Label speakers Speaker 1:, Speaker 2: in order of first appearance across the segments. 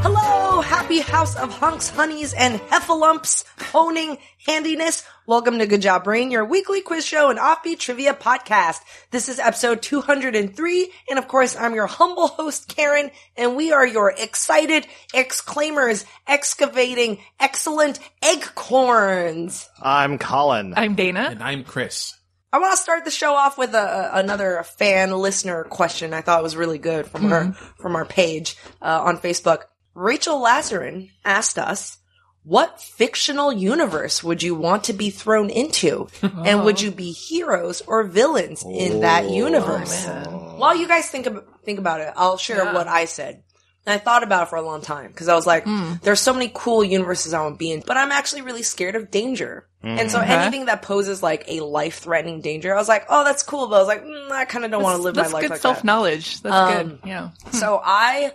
Speaker 1: Hello, happy house of hunks, honeys, and heffalumps, honing, handiness. Welcome to Good Job Brain, your weekly quiz show and offbeat trivia podcast. This is episode 203, and of course, I'm your humble host, Karen, and we are your excited exclaimers, excavating, excellent eggcorns.
Speaker 2: I'm Colin.
Speaker 3: I'm Dana.
Speaker 4: And I'm Chris.
Speaker 1: I want to start the show off with a, another fan listener question. I thought was really good from her from our page uh, on Facebook. Rachel Lazarin asked us, "What fictional universe would you want to be thrown into, and would you be heroes or villains in that universe?" While you guys think ab- think about it, I'll share what I said. And I thought about it for a long time because I was like,
Speaker 3: Hmm.
Speaker 1: "There's so many cool universes I want to be in, but I'm actually really scared of danger." And
Speaker 3: Mm-hmm.
Speaker 1: so anything that poses like a life threatening danger, I was like, "Oh, that's cool," but I was like, mm, "I kind of don't want to live
Speaker 3: That's
Speaker 1: my life
Speaker 3: good
Speaker 1: like
Speaker 3: self
Speaker 1: that."
Speaker 3: knowledge. That's
Speaker 1: Um,
Speaker 3: good. Yeah.
Speaker 1: So I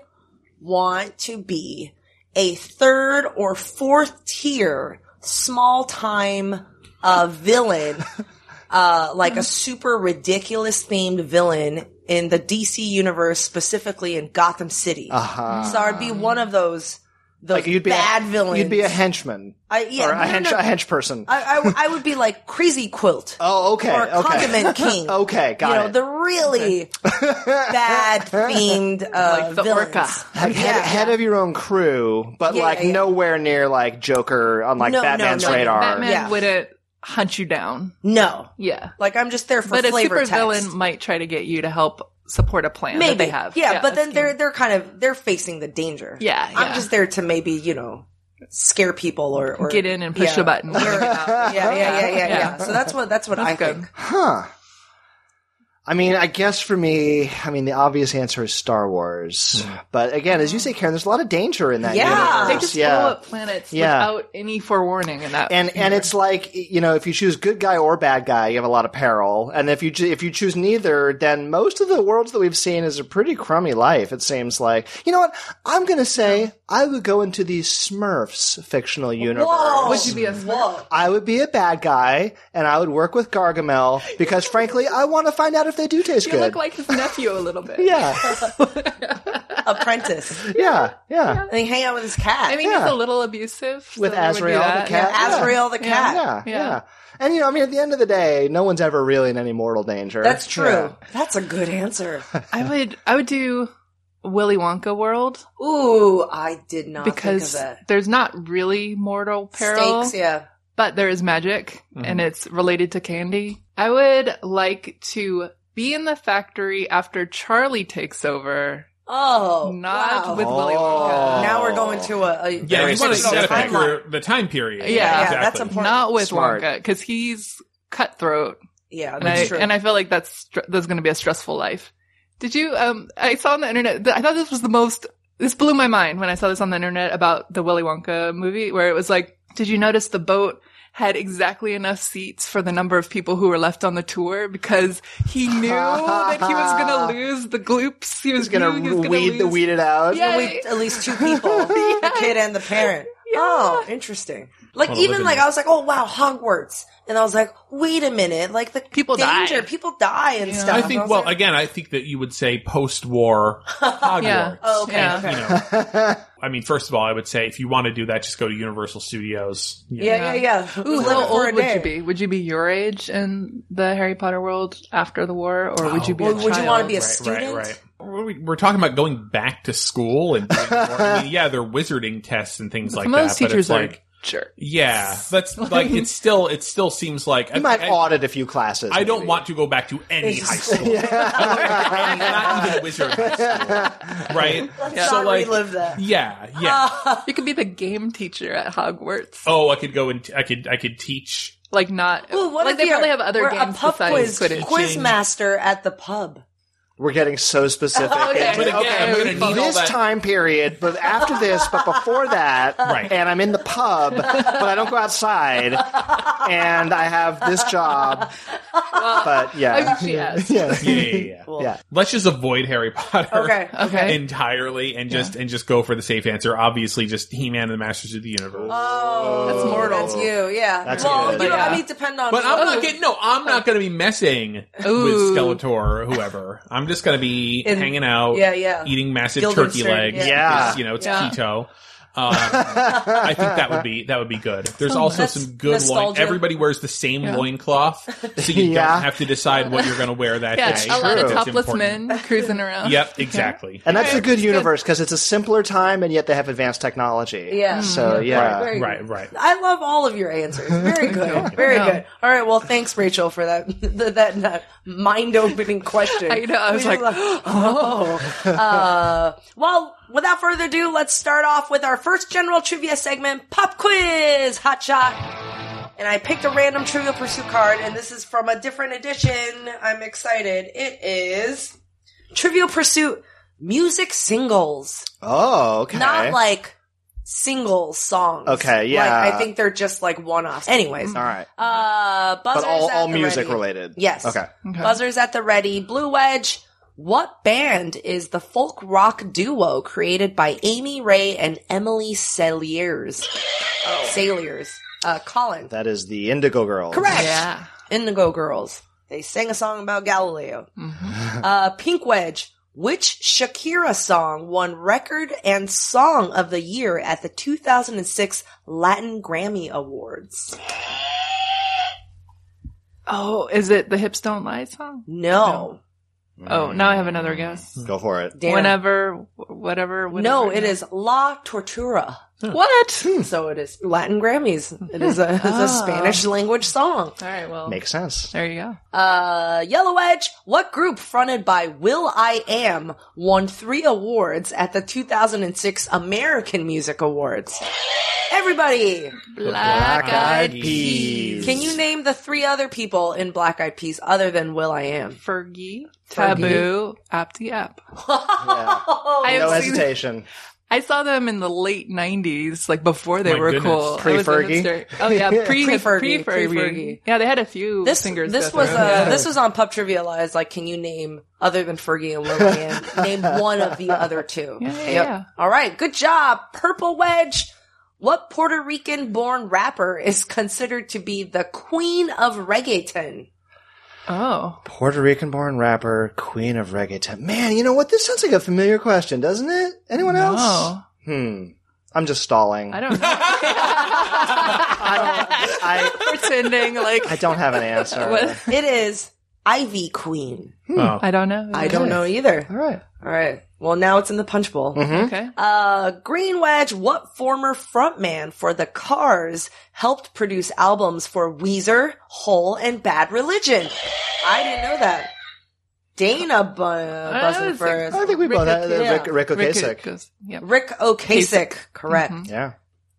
Speaker 1: want to be a third or fourth tier small time uh, villain, uh, like a super ridiculous themed villain in the DC universe, specifically in Gotham City.
Speaker 2: Uh-huh.
Speaker 1: So I'd be one of those those
Speaker 2: Like you'd be
Speaker 1: bad
Speaker 2: a,
Speaker 1: villains.
Speaker 2: You'd be a henchman
Speaker 1: I, yeah,
Speaker 2: or
Speaker 1: no,
Speaker 2: a
Speaker 1: no,
Speaker 2: hench
Speaker 1: no.
Speaker 2: a hench person.
Speaker 1: I, I w- I would be like Crazy Quilt
Speaker 2: oh, okay.
Speaker 1: or
Speaker 2: okay.
Speaker 1: Condiment King.
Speaker 2: Okay, got
Speaker 1: you know
Speaker 2: it.
Speaker 1: the really bad themed uh,
Speaker 3: Like the
Speaker 1: villains.
Speaker 3: orca.
Speaker 2: like head,
Speaker 1: yeah.
Speaker 2: head of your own crew, but
Speaker 1: Yeah,
Speaker 2: like
Speaker 1: yeah, yeah.
Speaker 2: nowhere near like Joker on like
Speaker 1: No, no,
Speaker 2: Batman's
Speaker 1: no, no.
Speaker 2: radar.
Speaker 3: Batman
Speaker 1: Yeah.
Speaker 3: wouldn't hunt you down.
Speaker 1: No,
Speaker 3: Yeah.
Speaker 1: Like I'm just there for
Speaker 3: But a
Speaker 1: flavor
Speaker 3: super
Speaker 1: text.
Speaker 3: villain might try to get you to help support a plan
Speaker 1: maybe
Speaker 3: that they have.
Speaker 1: Yeah, but
Speaker 3: that's
Speaker 1: then they're they're kind of they're facing the danger.
Speaker 3: Yeah,
Speaker 1: I'm
Speaker 3: yeah.
Speaker 1: just there to maybe you know scare people or, or
Speaker 3: good. get in and push
Speaker 1: yeah.
Speaker 3: a button.
Speaker 1: Yeah, yeah, yeah, yeah, yeah,
Speaker 3: Yeah.
Speaker 1: yeah. So that's what that's what I
Speaker 3: That's good.
Speaker 1: think.
Speaker 2: Huh. I mean, I guess for me, I mean, the obvious answer is Star Wars. But again, as you say, Karen, there's a lot of danger in that
Speaker 1: Hmm. Yeah.
Speaker 2: universe.
Speaker 3: They just
Speaker 2: yeah.
Speaker 3: blow up planets
Speaker 2: Yeah.
Speaker 3: without any forewarning, and that
Speaker 2: and and it's like you know if you choose good guy or bad guy you have a lot of peril and if you cho- if you choose neither then most of the worlds that we've seen is a pretty crummy life it seems like you know what i'm gonna say i would go into the smurfs fictional universe
Speaker 1: Whoa.
Speaker 3: would you be a
Speaker 1: Whoa.
Speaker 2: I would be a bad guy, and I would work with Gargamel because, frankly, I want to find out if they do taste
Speaker 3: You
Speaker 2: good.
Speaker 3: look like his nephew a little bit.
Speaker 2: yeah,
Speaker 1: Apprentice.
Speaker 2: yeah, yeah.
Speaker 1: And you hang out with his cat.
Speaker 3: I mean,
Speaker 2: Yeah.
Speaker 3: he's a little abusive so
Speaker 2: With
Speaker 3: there would be
Speaker 2: Azrael, the
Speaker 3: that.
Speaker 2: cat.
Speaker 3: Yeah.
Speaker 1: Azrael the cat.
Speaker 2: yeah, yeah,
Speaker 3: Yeah.
Speaker 2: And you know, I mean, at the end of the day, no one's ever really in any mortal danger.
Speaker 1: That's true.
Speaker 2: Yeah.
Speaker 1: That's a good answer.
Speaker 3: I would. I would do Willy Wonka world
Speaker 1: Ooh, I did not
Speaker 3: because
Speaker 1: think of that.
Speaker 3: there's not really mortal peril.
Speaker 1: Stakes, yeah.
Speaker 3: but there is magic and it's related to candy. I would like to be in the factory after Charlie takes over,
Speaker 1: Oh,
Speaker 3: not
Speaker 1: wow.
Speaker 3: with Willy
Speaker 2: Oh.
Speaker 3: Wonka.
Speaker 1: now we're going to a, a
Speaker 4: Yeah,
Speaker 2: Very
Speaker 4: you want
Speaker 1: fictional
Speaker 4: to set up
Speaker 2: specific.
Speaker 1: timeline.
Speaker 4: your, the time period.
Speaker 3: Yeah, yeah,
Speaker 1: that's important.
Speaker 3: Not with
Speaker 2: Smart.
Speaker 3: Wonka because he's cutthroat,
Speaker 1: Yeah,
Speaker 3: and
Speaker 1: that's
Speaker 3: I,
Speaker 1: true.
Speaker 3: and I feel like that's str- that's going to be a stressful life. Did you? Um, I saw on the internet. th- I thought this was the most. This blew my mind when I saw this on the internet about the Willy Wonka movie, where it was like, did you notice the boat? Had exactly enough seats for the number of people who were left on the tour because he knew that he was going to lose the gloops. He was,
Speaker 2: He's gonna
Speaker 3: knew he was gonna
Speaker 2: weed the
Speaker 3: lose-
Speaker 2: weed it out.
Speaker 3: Yeah,
Speaker 1: with at least two people, the kid and the parent. Oh, interesting. Like
Speaker 4: Well,
Speaker 1: even
Speaker 4: living-
Speaker 1: like I was like, oh wow, Hogwarts, and I was like, wait a minute, like the
Speaker 3: People
Speaker 1: danger,
Speaker 3: die.
Speaker 1: people die and stuff.
Speaker 4: I
Speaker 1: was
Speaker 4: think, well,
Speaker 1: like,
Speaker 4: again, I think that you would say post-war Hogwarts.
Speaker 3: Yeah.
Speaker 1: oh, okay,
Speaker 3: yeah.
Speaker 1: okay.
Speaker 4: You know, I mean, first of all, I would say if you want to do that, just go to Universal Studios. You know.
Speaker 1: yeah, yeah, yeah.
Speaker 3: Ooh,
Speaker 1: Live
Speaker 3: how
Speaker 1: it for a
Speaker 3: old would
Speaker 1: day.
Speaker 3: you be? Would you be your age in the Harry Potter world after the war, or would you be?
Speaker 1: Or
Speaker 3: a
Speaker 1: would you
Speaker 3: child?
Speaker 1: want to be a
Speaker 4: Right,
Speaker 1: student?
Speaker 4: right, right. We're, we- we're talking about going back to school and doing more. I mean, yeah, they're wizarding tests and things like
Speaker 3: Most
Speaker 4: that. But
Speaker 3: teachers
Speaker 4: it's
Speaker 3: are
Speaker 4: like,
Speaker 3: jerk.
Speaker 4: yeah, that's like it's still it still seems like
Speaker 2: You might
Speaker 4: I, I,
Speaker 2: audit a few classes.
Speaker 4: I don't
Speaker 2: maybe.
Speaker 4: want to go back to any high school. And not even wizard high school, right?
Speaker 1: Let's not relive that.
Speaker 4: yeah, yeah.
Speaker 1: Ah.
Speaker 3: You could be the game teacher at Hogwarts.
Speaker 4: oh, I could go and t- I could I could teach.
Speaker 3: Like not
Speaker 1: Ooh, what
Speaker 3: like
Speaker 1: if
Speaker 3: they
Speaker 1: you're-
Speaker 3: probably have other
Speaker 1: we're
Speaker 3: game
Speaker 1: a pub
Speaker 3: societies.
Speaker 1: quiz,
Speaker 3: Quidditch.
Speaker 1: quiz master at the pub.
Speaker 2: We're getting so specific.
Speaker 3: Okay.
Speaker 4: But again,
Speaker 3: Okay, we
Speaker 4: we're gonna need
Speaker 3: follow
Speaker 4: all
Speaker 2: This
Speaker 4: that.
Speaker 2: time period, but after this, but before that,
Speaker 4: Right.
Speaker 2: and I'm in the pub, but I don't go outside, and I have this job,
Speaker 3: Well,
Speaker 2: But yeah,
Speaker 3: she has.
Speaker 2: yeah.
Speaker 4: Yeah, yeah, yeah.
Speaker 1: Cool.
Speaker 2: Yeah.
Speaker 4: Let's just avoid Harry Potter.
Speaker 1: Okay.
Speaker 3: okay.
Speaker 4: Entirely, and just and just go for the safe answer. Obviously, just He Man and the Masters of the Universe.
Speaker 1: Oh,
Speaker 3: That's mortal.
Speaker 1: That's you, yeah.
Speaker 2: That's
Speaker 1: well,
Speaker 2: good.
Speaker 1: you know,
Speaker 3: Yeah.
Speaker 1: I mean, depend on.
Speaker 4: But I'm
Speaker 3: Oh.
Speaker 4: not getting. No, I'm not going to be messing
Speaker 3: Ooh.
Speaker 4: with Skeletor or whoever. I'm just going to be
Speaker 1: In-
Speaker 4: hanging out,
Speaker 1: yeah, yeah.
Speaker 4: eating massive
Speaker 1: Gilden
Speaker 4: turkey
Speaker 1: Stern,
Speaker 4: legs.
Speaker 1: yeah.
Speaker 2: Yeah.
Speaker 4: because, you know it's
Speaker 3: Yeah.
Speaker 4: keto. Um, I think that would be that would be good. There's also
Speaker 1: That's
Speaker 4: some good loin.
Speaker 1: nostalgia.
Speaker 4: Everybody wears the same
Speaker 3: Yeah.
Speaker 4: loincloth, so you
Speaker 2: Yeah.
Speaker 4: don't have to decide what you're going to wear that
Speaker 3: Yeah,
Speaker 4: day.
Speaker 3: a lot of
Speaker 4: That's
Speaker 3: topless
Speaker 4: important.
Speaker 3: men cruising around.
Speaker 4: Yep, exactly.
Speaker 2: And that's a good
Speaker 3: It's good.
Speaker 2: universe because it's a simpler time and yet they have advanced technology.
Speaker 1: Yeah.
Speaker 2: So yeah.
Speaker 1: Very
Speaker 4: Right,
Speaker 1: good.
Speaker 4: right.
Speaker 1: I love all of your answers. Very good. Very
Speaker 3: Yeah.
Speaker 1: good. All right. Well, thanks, Rachel, for that that, that, mind opening question.
Speaker 3: I know, I was
Speaker 1: We
Speaker 3: like,
Speaker 1: love- oh. Uh, well, without further ado, let's start off with our first general trivia segment, pop quiz, hot shot. And I picked a random Trivial Pursuit card, and this is from a different edition. I'm excited. It is Trivial Pursuit music singles
Speaker 2: Oh, okay.
Speaker 1: not like single songs.
Speaker 2: Okay, yeah.
Speaker 1: Like, I think they're just like one offs. Anyways,
Speaker 2: all right.
Speaker 1: uh, buzzers
Speaker 2: But all,
Speaker 1: at
Speaker 2: all
Speaker 1: the
Speaker 2: music
Speaker 1: ready.
Speaker 2: related.
Speaker 1: Yes.
Speaker 2: Okay.
Speaker 3: Okay.
Speaker 1: Buzzers at the ready. Blue Wedge. What band is the folk rock duo created by Amy Ray and Emily Saliers? Oh. Saliers. Uh, Colin.
Speaker 2: That is the Indigo Girls.
Speaker 1: Correct.
Speaker 3: Yeah.
Speaker 1: Indigo Girls. They sang a song about Galileo.
Speaker 3: Mhm.
Speaker 1: Uh, Pink Wedge. Which Shakira song won Record and Song of the Year at the 2006 Latin Grammy Awards?
Speaker 3: Oh, is it the Hips Don't Lie song?
Speaker 1: No.
Speaker 3: Oh, now I have another guess.
Speaker 2: Mm. Go for it.
Speaker 1: Damn.
Speaker 3: Whenever, whatever, whatever.
Speaker 1: no, it is La Tortura.
Speaker 3: What?
Speaker 1: So it is Latin Grammys. It is a, it's a
Speaker 3: Ah.
Speaker 1: Spanish language song.
Speaker 3: All right, well,
Speaker 2: Makes sense.
Speaker 3: there you go.
Speaker 1: Uh, Yellow Edge. What group fronted by Will I Am won three awards at the 2006 American Music Awards? Everybody.
Speaker 3: Black Eyed
Speaker 2: Peas.
Speaker 1: Can you name the three other people in Black Eyed Peas other than Will I Am?
Speaker 3: Fergie,
Speaker 1: Fergie.
Speaker 3: Taboo, Apti App. I
Speaker 2: No
Speaker 3: have seen-
Speaker 2: hesitation.
Speaker 3: I saw them in the late '90s, like before they
Speaker 4: My
Speaker 3: were
Speaker 4: goodness.
Speaker 3: cool. I was a
Speaker 2: Pre-Fergie?
Speaker 3: hipster. Oh yeah, pre
Speaker 1: Pre-Fergie,
Speaker 3: Fergie.
Speaker 1: pre-Fergie.
Speaker 3: Yeah, they had a few
Speaker 1: This
Speaker 3: singers.
Speaker 1: this
Speaker 3: go
Speaker 1: was
Speaker 3: through.
Speaker 1: uh, this was on Pub Trivia Live. Like, can you name other than Fergie and Will I Am? name one of the other two.
Speaker 3: Yeah, yeah, yeah.
Speaker 1: All right, good job, Purple Wedge. What Puerto Rican-born rapper is considered to be the queen of reggaeton?
Speaker 3: oh
Speaker 2: Puerto Rican born rapper, queen of reggaeton. Man, you know what? This sounds like a familiar question, doesn't it? Anyone else?
Speaker 3: no,
Speaker 2: Hmm. I'm just stalling.
Speaker 3: I don't know.
Speaker 2: I,
Speaker 3: Pretending like
Speaker 2: I don't have an answer.
Speaker 3: What?
Speaker 1: It is Ivy Queen.
Speaker 2: Hmm.
Speaker 4: Oh.
Speaker 3: I don't know.
Speaker 1: I don't know e- either.
Speaker 2: All right.
Speaker 1: All right. Well, now it's in the punch bowl.
Speaker 2: Mm-hmm.
Speaker 3: Okay.
Speaker 1: Uh, Green Wedge, what former frontman for the Cars helped produce albums for Weezer, Hole, and Bad Religion? I didn't know that. Dana bu- buzzing
Speaker 3: was
Speaker 1: for us.
Speaker 2: I think we both had uh,
Speaker 1: yeah.
Speaker 2: Rick, Rick Ocasek.
Speaker 3: Rick- Yep.
Speaker 1: Rick Ocasek, correct.
Speaker 3: Mhm.
Speaker 2: Yeah.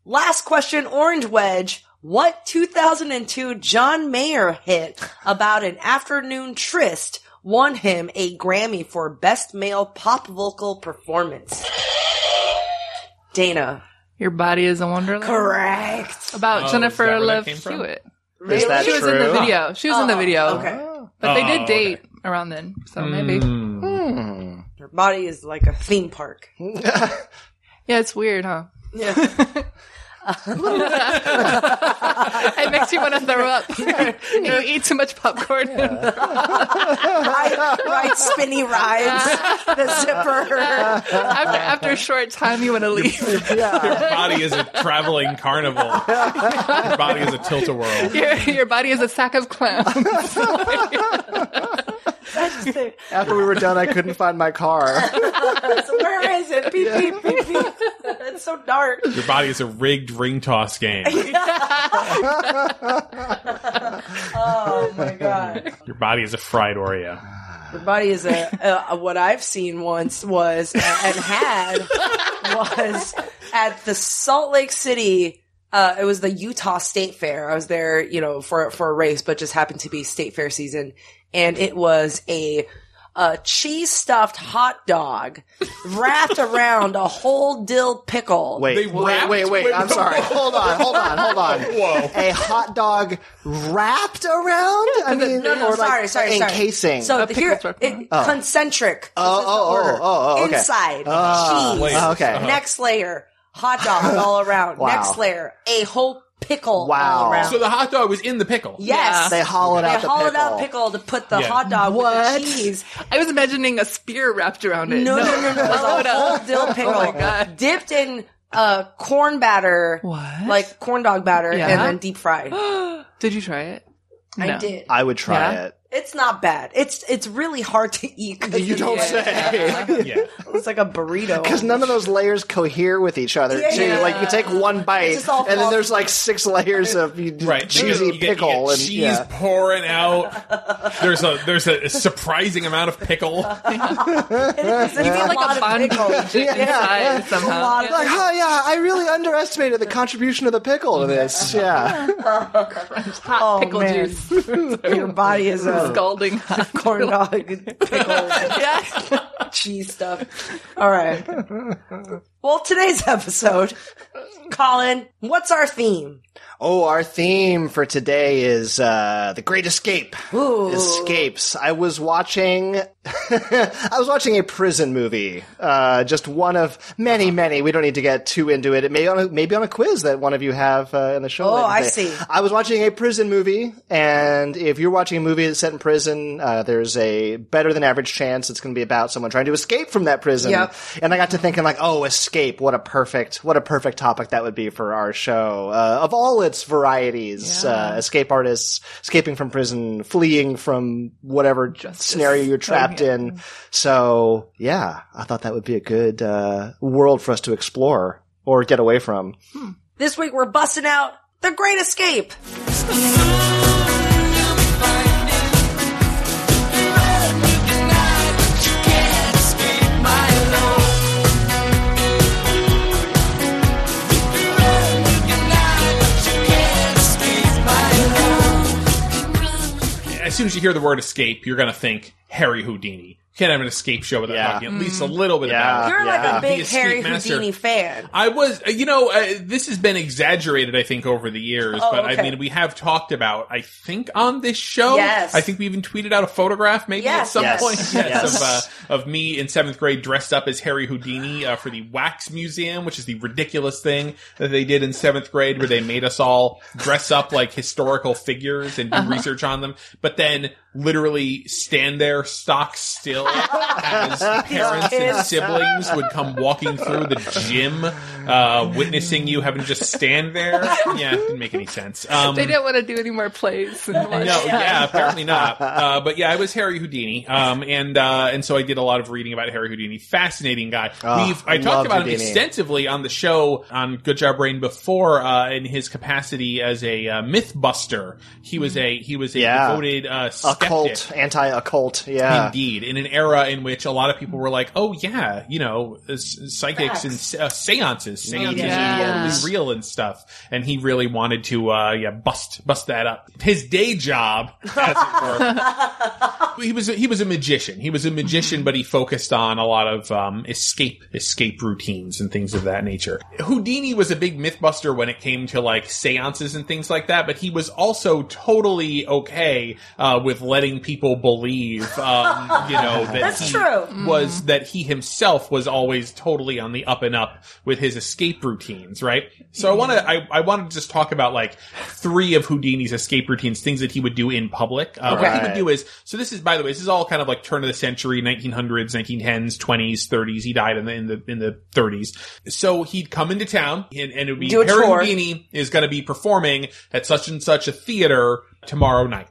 Speaker 1: Last question, Orange Wedge. What 2002 John Mayer hit about an afternoon tryst won him a Grammy for Best Male Pop Vocal Performance? Dana.
Speaker 3: Your body is a wonderland.
Speaker 1: Correct.
Speaker 3: About
Speaker 4: Oh, is
Speaker 3: Jennifer
Speaker 4: that where that
Speaker 3: Love
Speaker 4: came from?
Speaker 3: Hewitt.
Speaker 2: Is that
Speaker 3: She was in the
Speaker 2: true?
Speaker 3: video. She was in the
Speaker 1: Oh,
Speaker 3: video.
Speaker 1: okay.
Speaker 3: But they
Speaker 4: Oh,
Speaker 3: did
Speaker 4: okay.
Speaker 3: date around then, so maybe.
Speaker 4: Mm.
Speaker 2: Hmm.
Speaker 1: Her body is like a theme park.
Speaker 3: Yeah, it's weird, huh?
Speaker 1: Yeah.
Speaker 3: it makes you want to throw up. you eat too much popcorn.
Speaker 1: right, right, spinny rides, the zipper.
Speaker 3: after, after a short time, you want to leave.
Speaker 4: Your body is a traveling carnival. Your body is a tilt a whirl.
Speaker 3: your, your body is a sack of clowns.
Speaker 2: After we were done, I couldn't find my car.
Speaker 1: So where is it? Beep, beep, beep, beep. It's so dark.
Speaker 4: Your body is a rigged ring toss game.
Speaker 1: Oh my god.
Speaker 4: Your body is a fried Oreo.
Speaker 1: Your body is a, a, what I've seen once was uh, and had was at the Salt Lake City. Uh, it was the Utah State Fair. I was there, you know, for for a race, but just happened to be State Fair season, and it was a a cheese stuffed hot dog wrapped around a whole dill pickle.
Speaker 4: They
Speaker 2: Wait, wait,
Speaker 4: wrapped-
Speaker 2: wait, wait,
Speaker 4: wait,
Speaker 2: I'm sorry.
Speaker 4: whoa.
Speaker 2: Hold on, hold on, hold on.
Speaker 4: Whoa.
Speaker 2: A hot dog wrapped around? I mean,
Speaker 1: No, no,
Speaker 2: or like
Speaker 1: sorry, sorry, sorry.
Speaker 2: encasing.
Speaker 1: So
Speaker 3: A
Speaker 1: the-
Speaker 3: pickle
Speaker 1: here,
Speaker 3: truck.
Speaker 1: it, concentric. This
Speaker 2: Oh,
Speaker 1: is the
Speaker 2: oh, oh,
Speaker 1: order.
Speaker 2: oh, oh, okay.
Speaker 1: Inside,
Speaker 2: Ah,
Speaker 1: cheese.
Speaker 4: layers.
Speaker 2: okay.
Speaker 4: Uh-huh.
Speaker 1: Next layer, hot dog all around.
Speaker 2: Wow.
Speaker 1: Next layer, a whole pickle
Speaker 2: Wow.
Speaker 1: all around.
Speaker 4: So the hot dog was in the pickle.
Speaker 1: yes.
Speaker 2: they hollowed
Speaker 1: They
Speaker 2: out the
Speaker 1: hollowed
Speaker 2: pickle.
Speaker 1: out pickle to put the
Speaker 4: Yeah.
Speaker 1: hot dog
Speaker 2: What?
Speaker 1: with the cheese.
Speaker 3: I was imagining a spear wrapped around it.
Speaker 1: No, no, no, no. It
Speaker 3: Blow
Speaker 1: was
Speaker 3: it
Speaker 1: a
Speaker 3: up. Oh
Speaker 1: whole dill pickle.
Speaker 3: my God.
Speaker 1: Dipped in uh, corn batter.
Speaker 3: What?
Speaker 1: Like corn dog batter
Speaker 3: Yeah.
Speaker 1: and then deep fried.
Speaker 3: Did you try it?
Speaker 1: I
Speaker 3: No.
Speaker 1: did.
Speaker 2: I would try
Speaker 3: Yeah?
Speaker 2: it.
Speaker 1: It's not bad. It's it's really hard to eat. 'cause
Speaker 2: You don't
Speaker 1: it's-
Speaker 2: say.
Speaker 4: Yeah.
Speaker 1: It's like a burrito.
Speaker 2: Because none of those layers cohere with each other,
Speaker 1: Yeah.
Speaker 2: too. Like, you take one bite,
Speaker 1: just all
Speaker 2: and then
Speaker 1: falls-
Speaker 2: there's like six layers of you-
Speaker 4: Right.
Speaker 2: cheesy
Speaker 4: You get- you get- you get
Speaker 2: pickle. and
Speaker 4: cheese
Speaker 2: yeah.
Speaker 4: pouring out. There's a there's a surprising amount of pickle.
Speaker 1: you
Speaker 3: feel like a bun
Speaker 1: pickle.
Speaker 3: inside somehow.
Speaker 1: A lot of-
Speaker 2: Like, oh yeah, I really underestimated the contribution of the pickle to this.
Speaker 1: Uh-huh.
Speaker 2: Yeah.
Speaker 3: Hot
Speaker 1: Oh,
Speaker 3: pickle
Speaker 1: man.
Speaker 3: juice.
Speaker 1: Your body is a
Speaker 3: Scalding hot.
Speaker 1: corn dog pickle
Speaker 3: yeah.
Speaker 1: cheese stuff. All right. Well, today's episode, Colin, what's our theme?
Speaker 2: Oh, our theme for today is uh, the Great Escape.
Speaker 1: Ooh.
Speaker 2: Escapes. I was watching. I was watching a prison movie. Uh, just one of many,
Speaker 1: Uh-huh.
Speaker 2: many. We don't need to get too into it. It may on a, maybe on a quiz that one of you have uh, in the show.
Speaker 1: Oh,
Speaker 2: later
Speaker 1: I
Speaker 2: today.
Speaker 1: see.
Speaker 2: I was watching a prison movie, and if you're watching a movie that's set in prison, uh, there's a better than average chance it's going to be about someone trying to escape from that prison.
Speaker 1: Yep.
Speaker 2: And I got to thinking, like, oh, escape! What a perfect, what a perfect topic that would be for our show uh, of all its varieties: uh, escape artists, escaping from prison, fleeing from whatever scenario you're trapped
Speaker 3: Oh, yeah.
Speaker 2: in. So, yeah, I thought that would be a good uh, world for us to explore or get away from.
Speaker 1: This week we're busting out The Great Escape.
Speaker 4: As soon as you hear the word escape, you're gonna think Harry Houdini. Can't have an escape show without
Speaker 2: Yeah.
Speaker 4: talking at
Speaker 1: Mm.
Speaker 4: least a little bit
Speaker 2: Yeah.
Speaker 4: about it.
Speaker 1: You're
Speaker 2: yeah.
Speaker 1: like a big
Speaker 4: The Escape
Speaker 1: Harry
Speaker 4: Master.
Speaker 1: Houdini fan.
Speaker 4: I was, uh, you know, uh, this has been exaggerated, I think, over the years,
Speaker 1: Oh,
Speaker 4: but
Speaker 1: okay.
Speaker 4: I mean, we have talked about, I think, on this show.
Speaker 1: Yes.
Speaker 4: I think we even tweeted out a photograph, maybe
Speaker 1: Yes,
Speaker 4: at some
Speaker 2: yes.
Speaker 4: point,
Speaker 2: Yes.
Speaker 4: of, uh, of me in seventh grade dressed up as Harry Houdini uh, for the Wax Museum, which is the ridiculous thing that they did in seventh grade where they made us all dress up like historical figures and do research on them, but then literally stand there stock still as parents and
Speaker 1: kids.
Speaker 4: siblings would come walking through the gym, uh, witnessing you having to just stand there. Yeah, it didn't make any sense. Um,
Speaker 3: They didn't want to do any more plays. And
Speaker 4: no, yeah, apparently not. Uh, but yeah, I was Harry Houdini, um, and uh, and so I did a lot of reading about Harry Houdini. Fascinating guy.
Speaker 2: Ah,
Speaker 4: We've I
Speaker 2: I love
Speaker 4: talked about him
Speaker 2: Houdini.
Speaker 4: extensively on the show on Good Job Brain before uh, in his capacity as a uh, MythBuster. He was a he was a
Speaker 2: Yeah.
Speaker 4: devoted uh, skeptic.
Speaker 2: Occult, anti-occult. Yeah.
Speaker 4: Indeed, in an era in which a lot of people were like, "Oh yeah, you know, uh, s- psychics and uh, seances, seances
Speaker 3: Yeah.
Speaker 4: are totally real and stuff," and he really wanted to, uh, yeah, bust bust that up. His day job, as it were, he was a, he was a magician. He was a
Speaker 1: Mm-hmm.
Speaker 4: magician, but he focused on a lot of um, escape escape routines and things of that nature. Houdini was a big mythbuster when it came to like seances and things like that, but he was also totally okay uh, with letting people believe, um, you know, that
Speaker 1: That's
Speaker 4: he
Speaker 1: true.
Speaker 4: was that he himself was always totally on the up and up with his escape routines, right? So I want to I, I want to just talk about like three of Houdini's escape routines, things that he would do in public. Uh, What he would
Speaker 2: Right.
Speaker 4: do is so this is by the way, this is all kind of like turn of the century, 1900s, 1910s, 20s, 30s. He died in the in the in the 30s. So he'd come into town and, and it would be
Speaker 1: Do a
Speaker 4: Harry
Speaker 1: tour.
Speaker 4: Houdini is going to be performing at such and such a theater tomorrow night.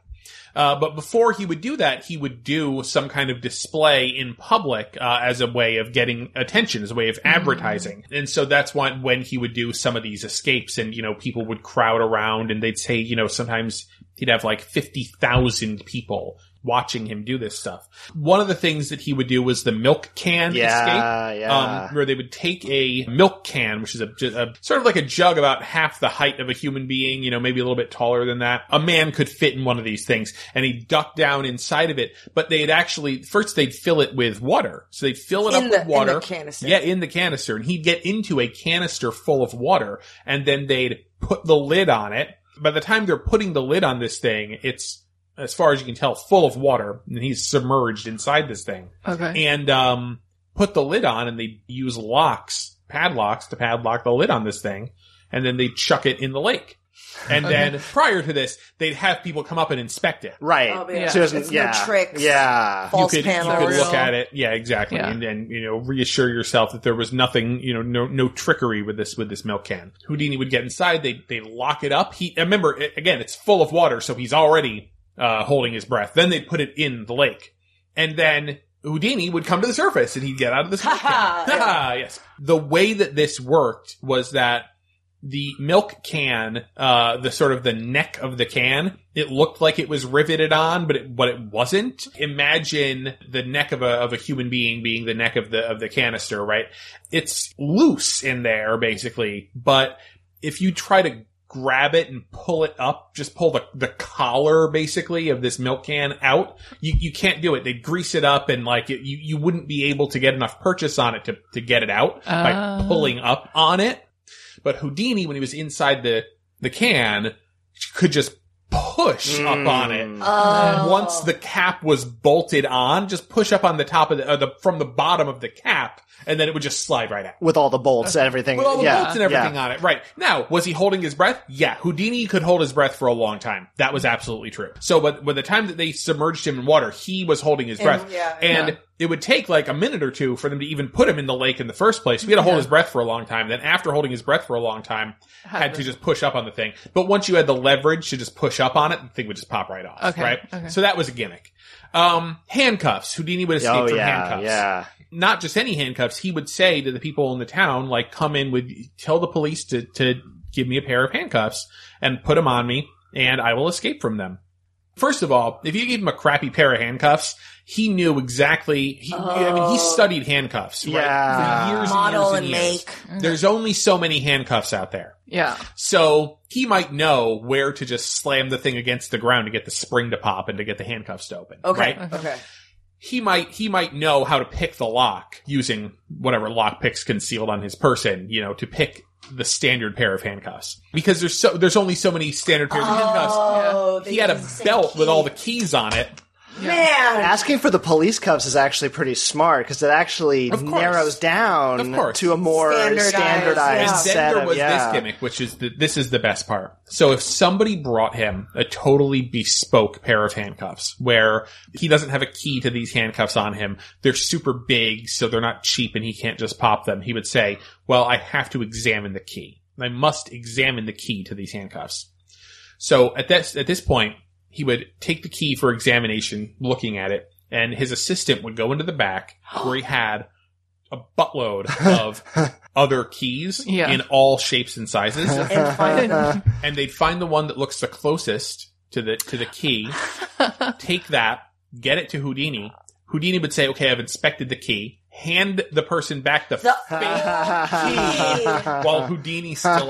Speaker 4: Uh, but before he would do that, he would do some kind of display in public uh, as a way of getting attention, as a way
Speaker 2: Mm-hmm.
Speaker 4: of advertising. And so that's when when he would do some of these escapes, and you know, people would crowd around, and they'd say, you know, sometimes he'd have like fifty thousand people watching him do this stuff. One of the things that he would do was the milk can escape
Speaker 2: Yeah, yeah.
Speaker 4: um, where they would take a milk can, which is a, ju- a sort of like a jug about half the height of a human being, you know, maybe a little bit taller than that. A man could fit in one of these things, and he'd duck down inside of it. But they'd actually first they'd fill it with water, so they'd fill it
Speaker 1: In
Speaker 4: up
Speaker 1: the-
Speaker 4: with
Speaker 1: in the
Speaker 4: water,
Speaker 1: canister.
Speaker 4: yeah, in the canister, and he'd get into a canister full of water, and then they'd put the lid on it. By the time they're putting the lid on this thing, it's as far as you can tell, full of water, and he's submerged inside this thing
Speaker 3: Okay.
Speaker 4: and um, put the lid on, and they use locks, padlocks, to padlock the lid on this thing, and then they chuck it in the lake. And then prior to this, they'd have people come up and inspect it.
Speaker 2: right.
Speaker 1: Oh, yeah.
Speaker 2: So it doesn't-
Speaker 1: It's no
Speaker 2: yeah.
Speaker 1: tricks.
Speaker 2: Yeah.
Speaker 4: You
Speaker 1: False
Speaker 4: could, you
Speaker 1: panels.
Speaker 4: could look at it, yeah, exactly,
Speaker 3: Yeah.
Speaker 4: and then you know reassure yourself that there was nothing, you know, no no trickery with this with this milk can. Houdini would get inside. They they lock it up. He remember it, again, it's full of water, so he's already uh, holding his breath. Then they'd put it in the lake, and then Houdini would come to the surface and he'd get out of this.
Speaker 1: Ha
Speaker 4: milk
Speaker 1: ha.
Speaker 4: can. Ah, yes. The way that this worked was that the milk can, uh, the sort of the neck of the can, it looked like it was riveted on, but it, but it wasn't. Imagine the neck of a, of a human being being the neck of the, of the canister, right? It's loose in there, basically, but if you try to grab it and pull it up, just pull the, the collar basically of this milk can out, you, you can't do it. They'd grease it up and like it, you, you wouldn't be able to get enough purchase on it to, to get it out by
Speaker 3: Ah.
Speaker 4: pulling up on it. But Houdini, when he was inside the, the can, could just push up on it.
Speaker 2: Mm.
Speaker 1: Oh.
Speaker 4: Once the cap was bolted on, just push up on the top of the, uh, the from the bottom of the cap, and then it would just slide right out.
Speaker 2: With all the bolts and everything.
Speaker 4: With all the
Speaker 2: yeah.
Speaker 4: bolts and everything on it. Right. Now, was he holding his breath? Yeah. Houdini could hold his breath for a long time. That was absolutely true. So, but by the time that they submerged him in water, he was holding his
Speaker 1: And-
Speaker 4: breath.
Speaker 1: yeah,
Speaker 4: and
Speaker 3: yeah.
Speaker 4: it would take like a minute or two for them to even put him in the lake in the first place. We had to hold
Speaker 3: Yeah.
Speaker 4: his breath for a long time. Then after holding his breath for a long time,
Speaker 3: Had
Speaker 4: had
Speaker 3: the-
Speaker 4: to just push up on the thing. But once you had the leverage to just push up on it, the thing would just pop right off.
Speaker 3: Okay,
Speaker 4: Right.
Speaker 3: okay.
Speaker 4: So that was a gimmick. Um, handcuffs. Houdini would escape
Speaker 2: Oh,
Speaker 4: from
Speaker 2: yeah.
Speaker 4: handcuffs
Speaker 2: Yeah.
Speaker 4: not just any handcuffs. He would say to the people in the town, like, come in with, tell the police to, to give me a pair of handcuffs and put them on me and I will escape from them. First of all, if you gave him a crappy pair of handcuffs, he knew exactly, he, I mean, he studied handcuffs, right?
Speaker 2: Yeah.
Speaker 4: For years
Speaker 1: model
Speaker 4: and
Speaker 1: and
Speaker 4: years and years.
Speaker 1: make. Mm-hmm.
Speaker 4: There's only so many handcuffs out there.
Speaker 3: Yeah.
Speaker 4: So he might know where to just slam the thing against the ground to get the spring to pop and to get the handcuffs to open.
Speaker 1: Okay.
Speaker 4: right?
Speaker 1: Okay.
Speaker 4: he might he might know how to pick the lock using whatever lock picks concealed on his person, you know, to pick the standard pair of handcuffs. Because there's so there's only so many standard pairs of
Speaker 3: Oh,
Speaker 4: handcuffs.
Speaker 1: they
Speaker 4: He had a
Speaker 1: use the same
Speaker 4: belt with
Speaker 1: key.
Speaker 4: all the keys on it.
Speaker 1: man.
Speaker 2: Asking for the police cuffs is actually pretty smart because it actually
Speaker 4: Of course.
Speaker 2: narrows down
Speaker 4: Of course.
Speaker 2: to a more
Speaker 1: Standardized,
Speaker 2: standardized,
Speaker 4: And
Speaker 1: yeah.
Speaker 4: then
Speaker 2: set
Speaker 4: there
Speaker 2: of-
Speaker 4: was
Speaker 2: yeah.
Speaker 4: this gimmick, which is the, this is the best part. So if somebody brought him a totally bespoke pair of handcuffs, where he doesn't have a key to these handcuffs on him, they're super big, so they're not cheap, and he can't just pop them. He would say, "Well, I have to examine the key. I must examine the key to these handcuffs." So at this at this point, he would take the key for examination, looking at it, and his assistant would go into the back where he had a buttload of other keys
Speaker 3: Yeah.
Speaker 4: in all shapes and sizes,
Speaker 1: And finally-
Speaker 4: and they'd find the one that looks the closest to the to the key, take that, get it to Houdini. Houdini would say, "Okay, I've inspected the key." Hand the person back the,
Speaker 1: The-
Speaker 4: fake key, while Houdini still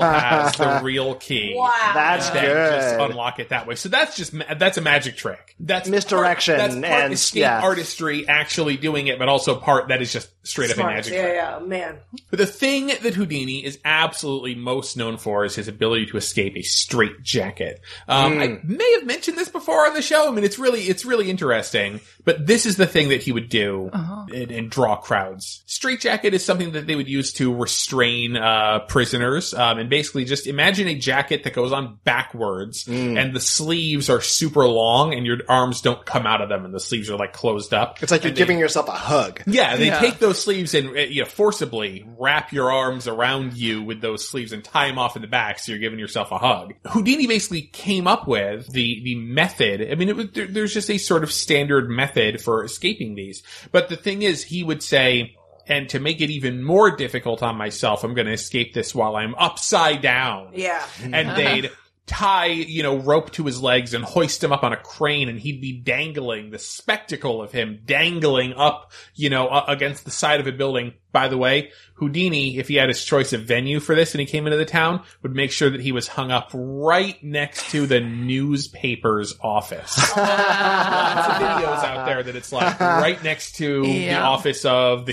Speaker 4: has the real key.
Speaker 1: Wow.
Speaker 2: That's
Speaker 4: And then just
Speaker 2: good.
Speaker 4: unlock it that way. So that's just ma- that's a magic trick. That's part-
Speaker 2: Misdirection
Speaker 4: that's part
Speaker 2: and-
Speaker 4: escape
Speaker 2: yeah.
Speaker 4: artistry, actually doing it, but also part that is just straight up a
Speaker 1: Smart.
Speaker 4: magic
Speaker 1: Yeah,
Speaker 4: trick.
Speaker 1: yeah, man.
Speaker 4: But the thing that Houdini is absolutely most known for is his ability to escape a straight jacket. Um, I may have mentioned this before on the show. I mean, it's really it's really interesting. But this is the thing that he would do and, and draw crowds. Straight jacket is something that they would use to restrain uh, prisoners. Um, and basically, just imagine a jacket that goes on backwards, and the sleeves are super long, and your arms don't come out of them, and the sleeves are like closed up.
Speaker 2: It's like you're
Speaker 4: And they-
Speaker 2: giving yourself a hug.
Speaker 4: yeah, they
Speaker 3: Yeah.
Speaker 4: take those sleeves and uh, you know, forcibly wrap your arms around you with those sleeves and tie them off in the back, so you're giving yourself a hug. Houdini basically came up with the the method. I mean, it was, there, there's just a sort of standard method for escaping these. But the thing is, he would say, and to make it even more difficult on myself, I'm going to escape this while I'm upside down
Speaker 1: Yeah.
Speaker 3: Uh-huh.
Speaker 4: and they'd tie, you know, rope to his legs and hoist him up on a crane and he'd be dangling the spectacle of him dangling up, you know, uh, against the side of a building. By the way, Houdini, if he had his choice of venue for this and he came into the town, would make sure that he was hung up right next to the newspaper's office. Lots of videos out there that it's like right next to the
Speaker 3: Yeah.
Speaker 4: office of the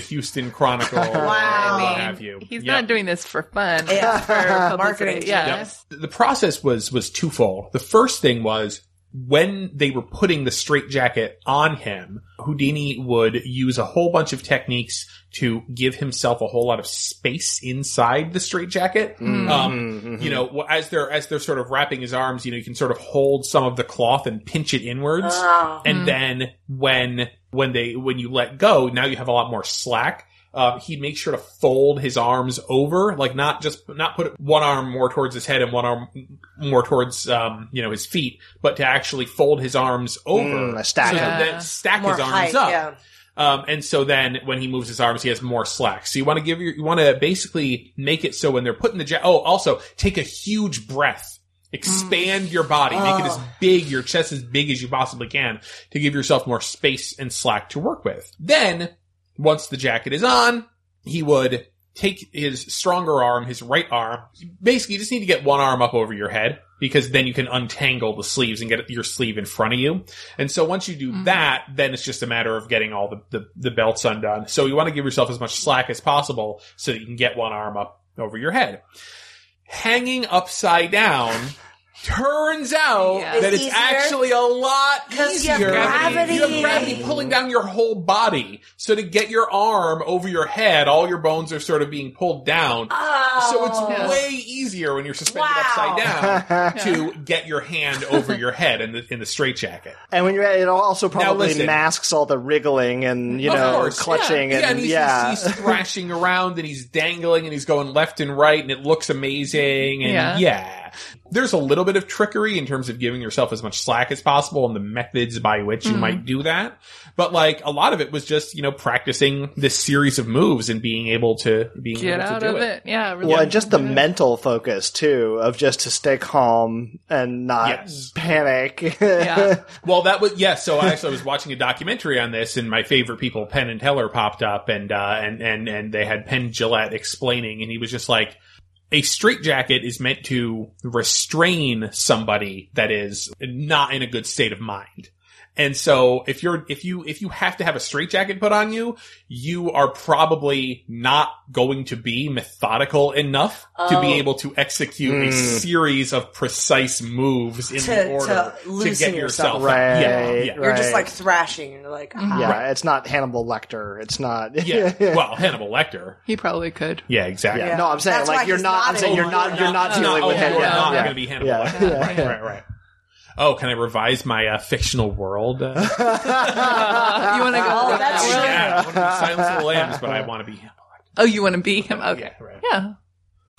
Speaker 4: Houston Chronicle. or
Speaker 1: Wow.
Speaker 4: what
Speaker 3: I mean,
Speaker 4: have you.
Speaker 3: He's
Speaker 4: Yep.
Speaker 3: not doing this for fun.
Speaker 1: Yeah.
Speaker 3: It's for
Speaker 1: Marketing.
Speaker 3: publicity. Yeah.
Speaker 4: Yep. The process was was twofold. The first thing was when they were putting the straitjacket on him, Houdini would use a whole bunch of techniques to give himself a whole lot of space inside the straitjacket. Um,
Speaker 2: Mhm.
Speaker 4: you know, wh- as they're as they're sort of wrapping his arms, you know, you can sort of hold some of the cloth and pinch it inwards
Speaker 1: Oh.
Speaker 4: and
Speaker 3: Mm.
Speaker 4: then when when they when you let go now you have a lot more slack uh, he'd make sure to fold his arms over like not just not put one arm more towards his head and one arm more towards um, you know his feet but to actually fold his arms over
Speaker 2: Mm, a stack
Speaker 4: so
Speaker 3: of-
Speaker 4: then stack
Speaker 1: More
Speaker 4: his arms
Speaker 1: height,
Speaker 4: up
Speaker 1: yeah.
Speaker 4: um, and so then when he moves his arms, he has more slack. So you want to give your, you want to basically make it so when they're putting the jacket, oh, also take a huge breath. Expand your body, make it as big, your chest as big as you possibly can to give yourself more space and slack to work with. Then, once the jacket is on, he would take his stronger arm, his right arm. Basically, you just need to get one arm up over your head because then you can untangle the sleeves and get your sleeve in front of you. And so once you do
Speaker 1: Mm-hmm.
Speaker 4: that, then it's just a matter of getting all the, the, the belts undone. So you want to give yourself as much slack as possible so that you can get one arm up over your head. Hanging upside down turns out
Speaker 3: Yeah.
Speaker 4: that
Speaker 1: It's
Speaker 4: it's
Speaker 1: easier?
Speaker 4: actually a lot
Speaker 1: 'Cause you
Speaker 4: easier.
Speaker 1: have gravity.
Speaker 4: You have gravity pulling down your whole body. So to get your arm over your head, all your bones are sort of being pulled down.
Speaker 1: Oh.
Speaker 4: So it's
Speaker 3: Yeah.
Speaker 4: way easier when you're suspended
Speaker 1: Wow.
Speaker 4: upside down to get your hand over your head in the in the straitjacket.
Speaker 2: and when you're at it, it also probably
Speaker 4: listen.
Speaker 2: masks all the wriggling and you
Speaker 4: Of
Speaker 2: know
Speaker 4: course,
Speaker 2: clutching
Speaker 4: yeah.
Speaker 2: and
Speaker 4: yeah, he's,
Speaker 2: yeah.
Speaker 4: he's, he's thrashing around and he's dangling and he's going left and right and it looks amazing and yeah.
Speaker 3: Yeah.
Speaker 4: There's a little bit of trickery in terms of giving yourself as much slack as possible and the methods by which
Speaker 3: Mm-hmm.
Speaker 4: you might do that. But like a lot of it was just, you know, practicing this series of moves and being able to being
Speaker 3: Get
Speaker 4: able
Speaker 3: out
Speaker 4: to do
Speaker 3: of it. Yeah. Really
Speaker 2: Well, and just the
Speaker 3: get out.
Speaker 2: mental focus too of just to stay calm and not
Speaker 4: Yes.
Speaker 2: panic.
Speaker 3: Yeah.
Speaker 4: Well, that was yes. so I actually was watching a documentary on this, and my favorite people, Penn and Teller, popped up, and uh, and and and they had Penn Gillette explaining, and he was just like, a straitjacket is meant to restrain somebody that is not in a good state of mind. And so if you're, if you, if you have to have a straitjacket put on you, you are probably not going to be methodical enough to be
Speaker 1: Oh.
Speaker 4: able to execute a
Speaker 2: Mm.
Speaker 4: series of precise moves in
Speaker 1: To-
Speaker 4: the
Speaker 1: to
Speaker 4: order to,
Speaker 1: loosen
Speaker 4: get
Speaker 1: yourself
Speaker 4: yourself.
Speaker 2: up.
Speaker 4: up. Yeah.
Speaker 2: Right.
Speaker 4: yeah.
Speaker 1: You're just
Speaker 2: Right.
Speaker 1: like thrashing. and You're like, ah.
Speaker 2: yeah, it's not Hannibal Lecter. It's not.
Speaker 4: Yeah. Well, Hannibal Lecter.
Speaker 3: He probably could.
Speaker 4: Yeah, exactly.
Speaker 1: Yeah.
Speaker 2: No, I'm saying
Speaker 1: That's why
Speaker 2: like you're
Speaker 1: he's
Speaker 2: not. I'm
Speaker 1: not
Speaker 2: saying
Speaker 1: in
Speaker 2: you're
Speaker 1: one.
Speaker 2: not. You're not
Speaker 4: Oh,
Speaker 2: dealing
Speaker 4: no,
Speaker 2: with
Speaker 4: oh,
Speaker 2: him.
Speaker 4: you're
Speaker 2: Yeah,
Speaker 4: not
Speaker 2: yeah.
Speaker 4: going to be Hannibal
Speaker 2: Yeah.
Speaker 4: Lecter.
Speaker 2: Yeah.
Speaker 4: Right, right, right. Oh, can I revise my uh, fictional world? Uh,
Speaker 3: you want to go?
Speaker 1: Oh,
Speaker 3: with
Speaker 1: that's
Speaker 3: that
Speaker 1: true.
Speaker 3: one?
Speaker 4: yeah, I want to be Silence of the Lambs, but I want to be Hannibal.
Speaker 3: Oh, you want to be him? Okay.
Speaker 4: Yeah, right.
Speaker 3: Yeah.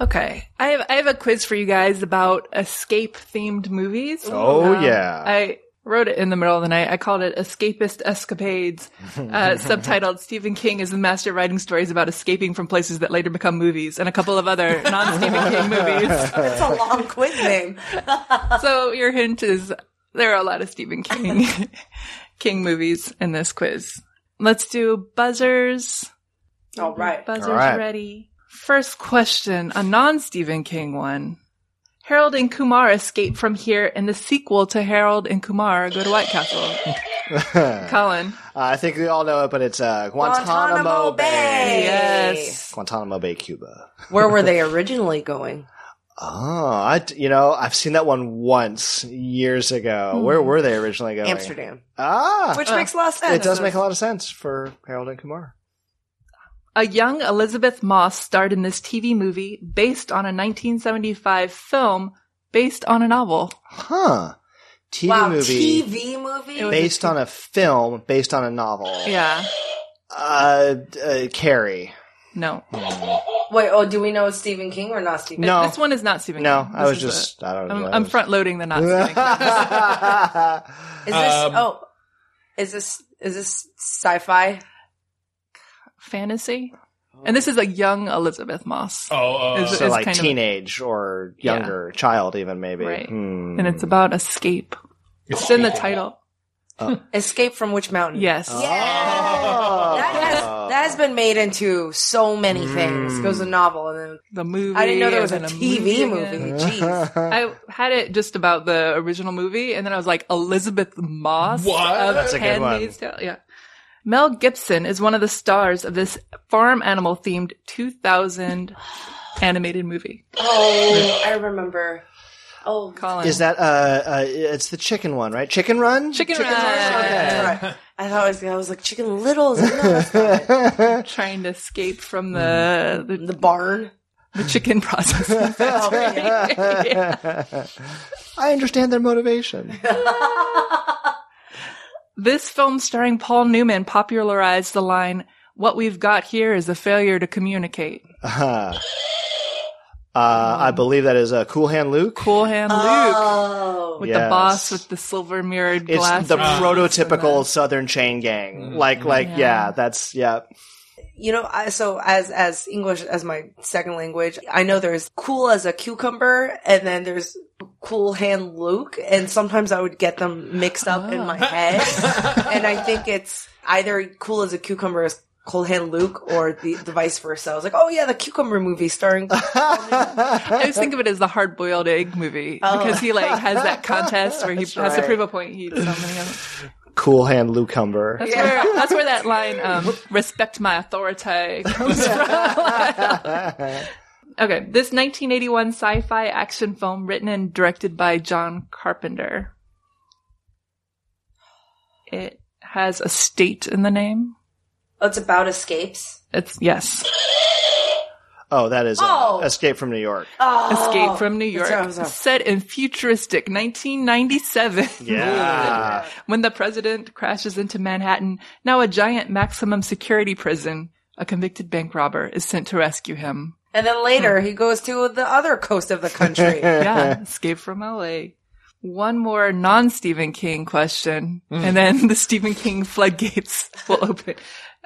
Speaker 3: Okay. I have I have a quiz for you guys about escape themed movies.
Speaker 2: Oh
Speaker 3: Um,
Speaker 2: yeah.
Speaker 3: I wrote it in the middle of the night. I called it Escapist Escapades, uh, subtitled Stephen King is the master of writing stories about escaping from places that later become movies and a couple of other non-Stephen King movies.
Speaker 1: it's a long quiz name.
Speaker 3: So your hint is there are a lot of Stephen King, King movies in this quiz. Let's do buzzers.
Speaker 1: All right.
Speaker 3: Buzzers
Speaker 2: All right.
Speaker 3: ready. First question, a non Stephen King one. Harold and Kumar escape from here in the sequel to Harold and Kumar Go to White Castle. Colin.
Speaker 2: Uh, I think we all know it, but it's uh, Guantanamo, Bay.
Speaker 3: Yes.
Speaker 2: Guantanamo Bay, Cuba.
Speaker 1: Where were they originally going?
Speaker 2: Oh, I d- you know I've seen that one once years ago. Where were they originally going?
Speaker 1: Amsterdam.
Speaker 2: Ah,
Speaker 1: Which makes a lot of sense.
Speaker 2: it does make a lot of sense for Harold and Kumar.
Speaker 3: A young Elizabeth Moss starred in this TV movie based on a 1975 film based on a novel.
Speaker 2: Huh. TV
Speaker 1: wow,
Speaker 2: movie
Speaker 1: TV movie.
Speaker 3: It was-
Speaker 2: based on a film, based on a novel.
Speaker 3: Yeah.
Speaker 2: Uh, uh Carrie.
Speaker 3: No.
Speaker 1: Wait, oh, do we know it's Stephen King or not Stephen?
Speaker 2: No.
Speaker 3: This one is not Stephen
Speaker 2: No,
Speaker 3: King.
Speaker 2: I
Speaker 3: This
Speaker 2: was
Speaker 3: is a-
Speaker 2: just I I don't know.
Speaker 3: I'm, I'm front loading the not Stephen
Speaker 1: King?
Speaker 3: King.
Speaker 1: Is this?
Speaker 4: Um,
Speaker 1: oh, is this? Is this sci-fi?
Speaker 3: fantasy. And this is a young Elizabeth Moss.
Speaker 4: Oh, uh,
Speaker 3: Is-
Speaker 2: so
Speaker 3: it's
Speaker 2: like
Speaker 3: kind of-
Speaker 2: teenage or younger child even maybe.
Speaker 3: Right.
Speaker 2: Hmm.
Speaker 3: And it's about escape. It's in the title.
Speaker 1: Escape from Witch Mountain?
Speaker 3: Yes.
Speaker 2: Oh.
Speaker 1: That has, that has been made into so many things. It was a novel, and then
Speaker 3: The movie.
Speaker 1: I didn't know there
Speaker 3: and
Speaker 1: was a
Speaker 3: then
Speaker 1: TV movie.
Speaker 3: again.
Speaker 1: Jeez.
Speaker 3: I had it just about the original movie, and then I was like, Elizabeth Moss.
Speaker 4: What?
Speaker 3: Of
Speaker 4: That's
Speaker 2: a good one.
Speaker 3: Handmaid's Tale. Yeah. Mel Gibson is one of the stars of this farm animal themed 2000 animated movie.
Speaker 1: Oh, I remember. Oh,
Speaker 3: Colin.
Speaker 2: Is that uh, uh it's the chicken one, right? Chicken Run?
Speaker 3: Chicken,
Speaker 1: that's
Speaker 3: Run.
Speaker 1: right. I thought it was, I was like Chicken Little. I was like, no, that's not it.
Speaker 3: Trying to escape
Speaker 2: Hmm.
Speaker 3: from the, the,
Speaker 1: the barn.
Speaker 3: the chicken process.
Speaker 2: I understand their motivation.
Speaker 3: This film starring Paul Newman popularized the line, What we've got here is a failure to communicate.
Speaker 2: Uh, I believe that is a Cool Hand Luke.
Speaker 3: Cool hand Luke
Speaker 1: Oh,
Speaker 3: with
Speaker 2: yes.
Speaker 3: the boss with the silver mirrored
Speaker 2: It's
Speaker 3: glass.
Speaker 2: the
Speaker 3: roof.
Speaker 2: prototypical Southern chain gang. Like, like, yeah. that's yeah.
Speaker 1: you know, I, so as as English as my second language, I know there's cool as a cucumber, and then there's cool hand Luke, and sometimes I would get them mixed up in my head, and I think it's either cool as a cucumber is cool hand Luke, or the, the vice versa. I was like, oh yeah, the cucumber movie starring.
Speaker 3: I always think of it as the hard boiled egg movie because he like has that contest where he has to
Speaker 2: Oh. right.
Speaker 3: prove a point. He eats so many of them.
Speaker 2: Cool Hand Luke Humber.
Speaker 3: That's, where, that's where that line, um, respect my authority, comes from. okay, this 1981 sci fi action film written and directed by John Carpenter. It has a state in the name.
Speaker 1: oh, it's about escapes.
Speaker 3: It's, yes,
Speaker 2: Oh, that is uh,
Speaker 1: Oh.
Speaker 2: Escape from New York.
Speaker 3: Escape from New York.
Speaker 1: that's right, that's right.
Speaker 3: Set in futuristic 1997.
Speaker 2: Yeah.
Speaker 3: when the president crashes into Manhattan, now a giant maximum security prison, a convicted bank robber is sent to rescue him.
Speaker 1: And then later he goes to the other coast of the country.
Speaker 3: Yeah, escape from LA. One more non Stephen King question, and then the Stephen King floodgates will open.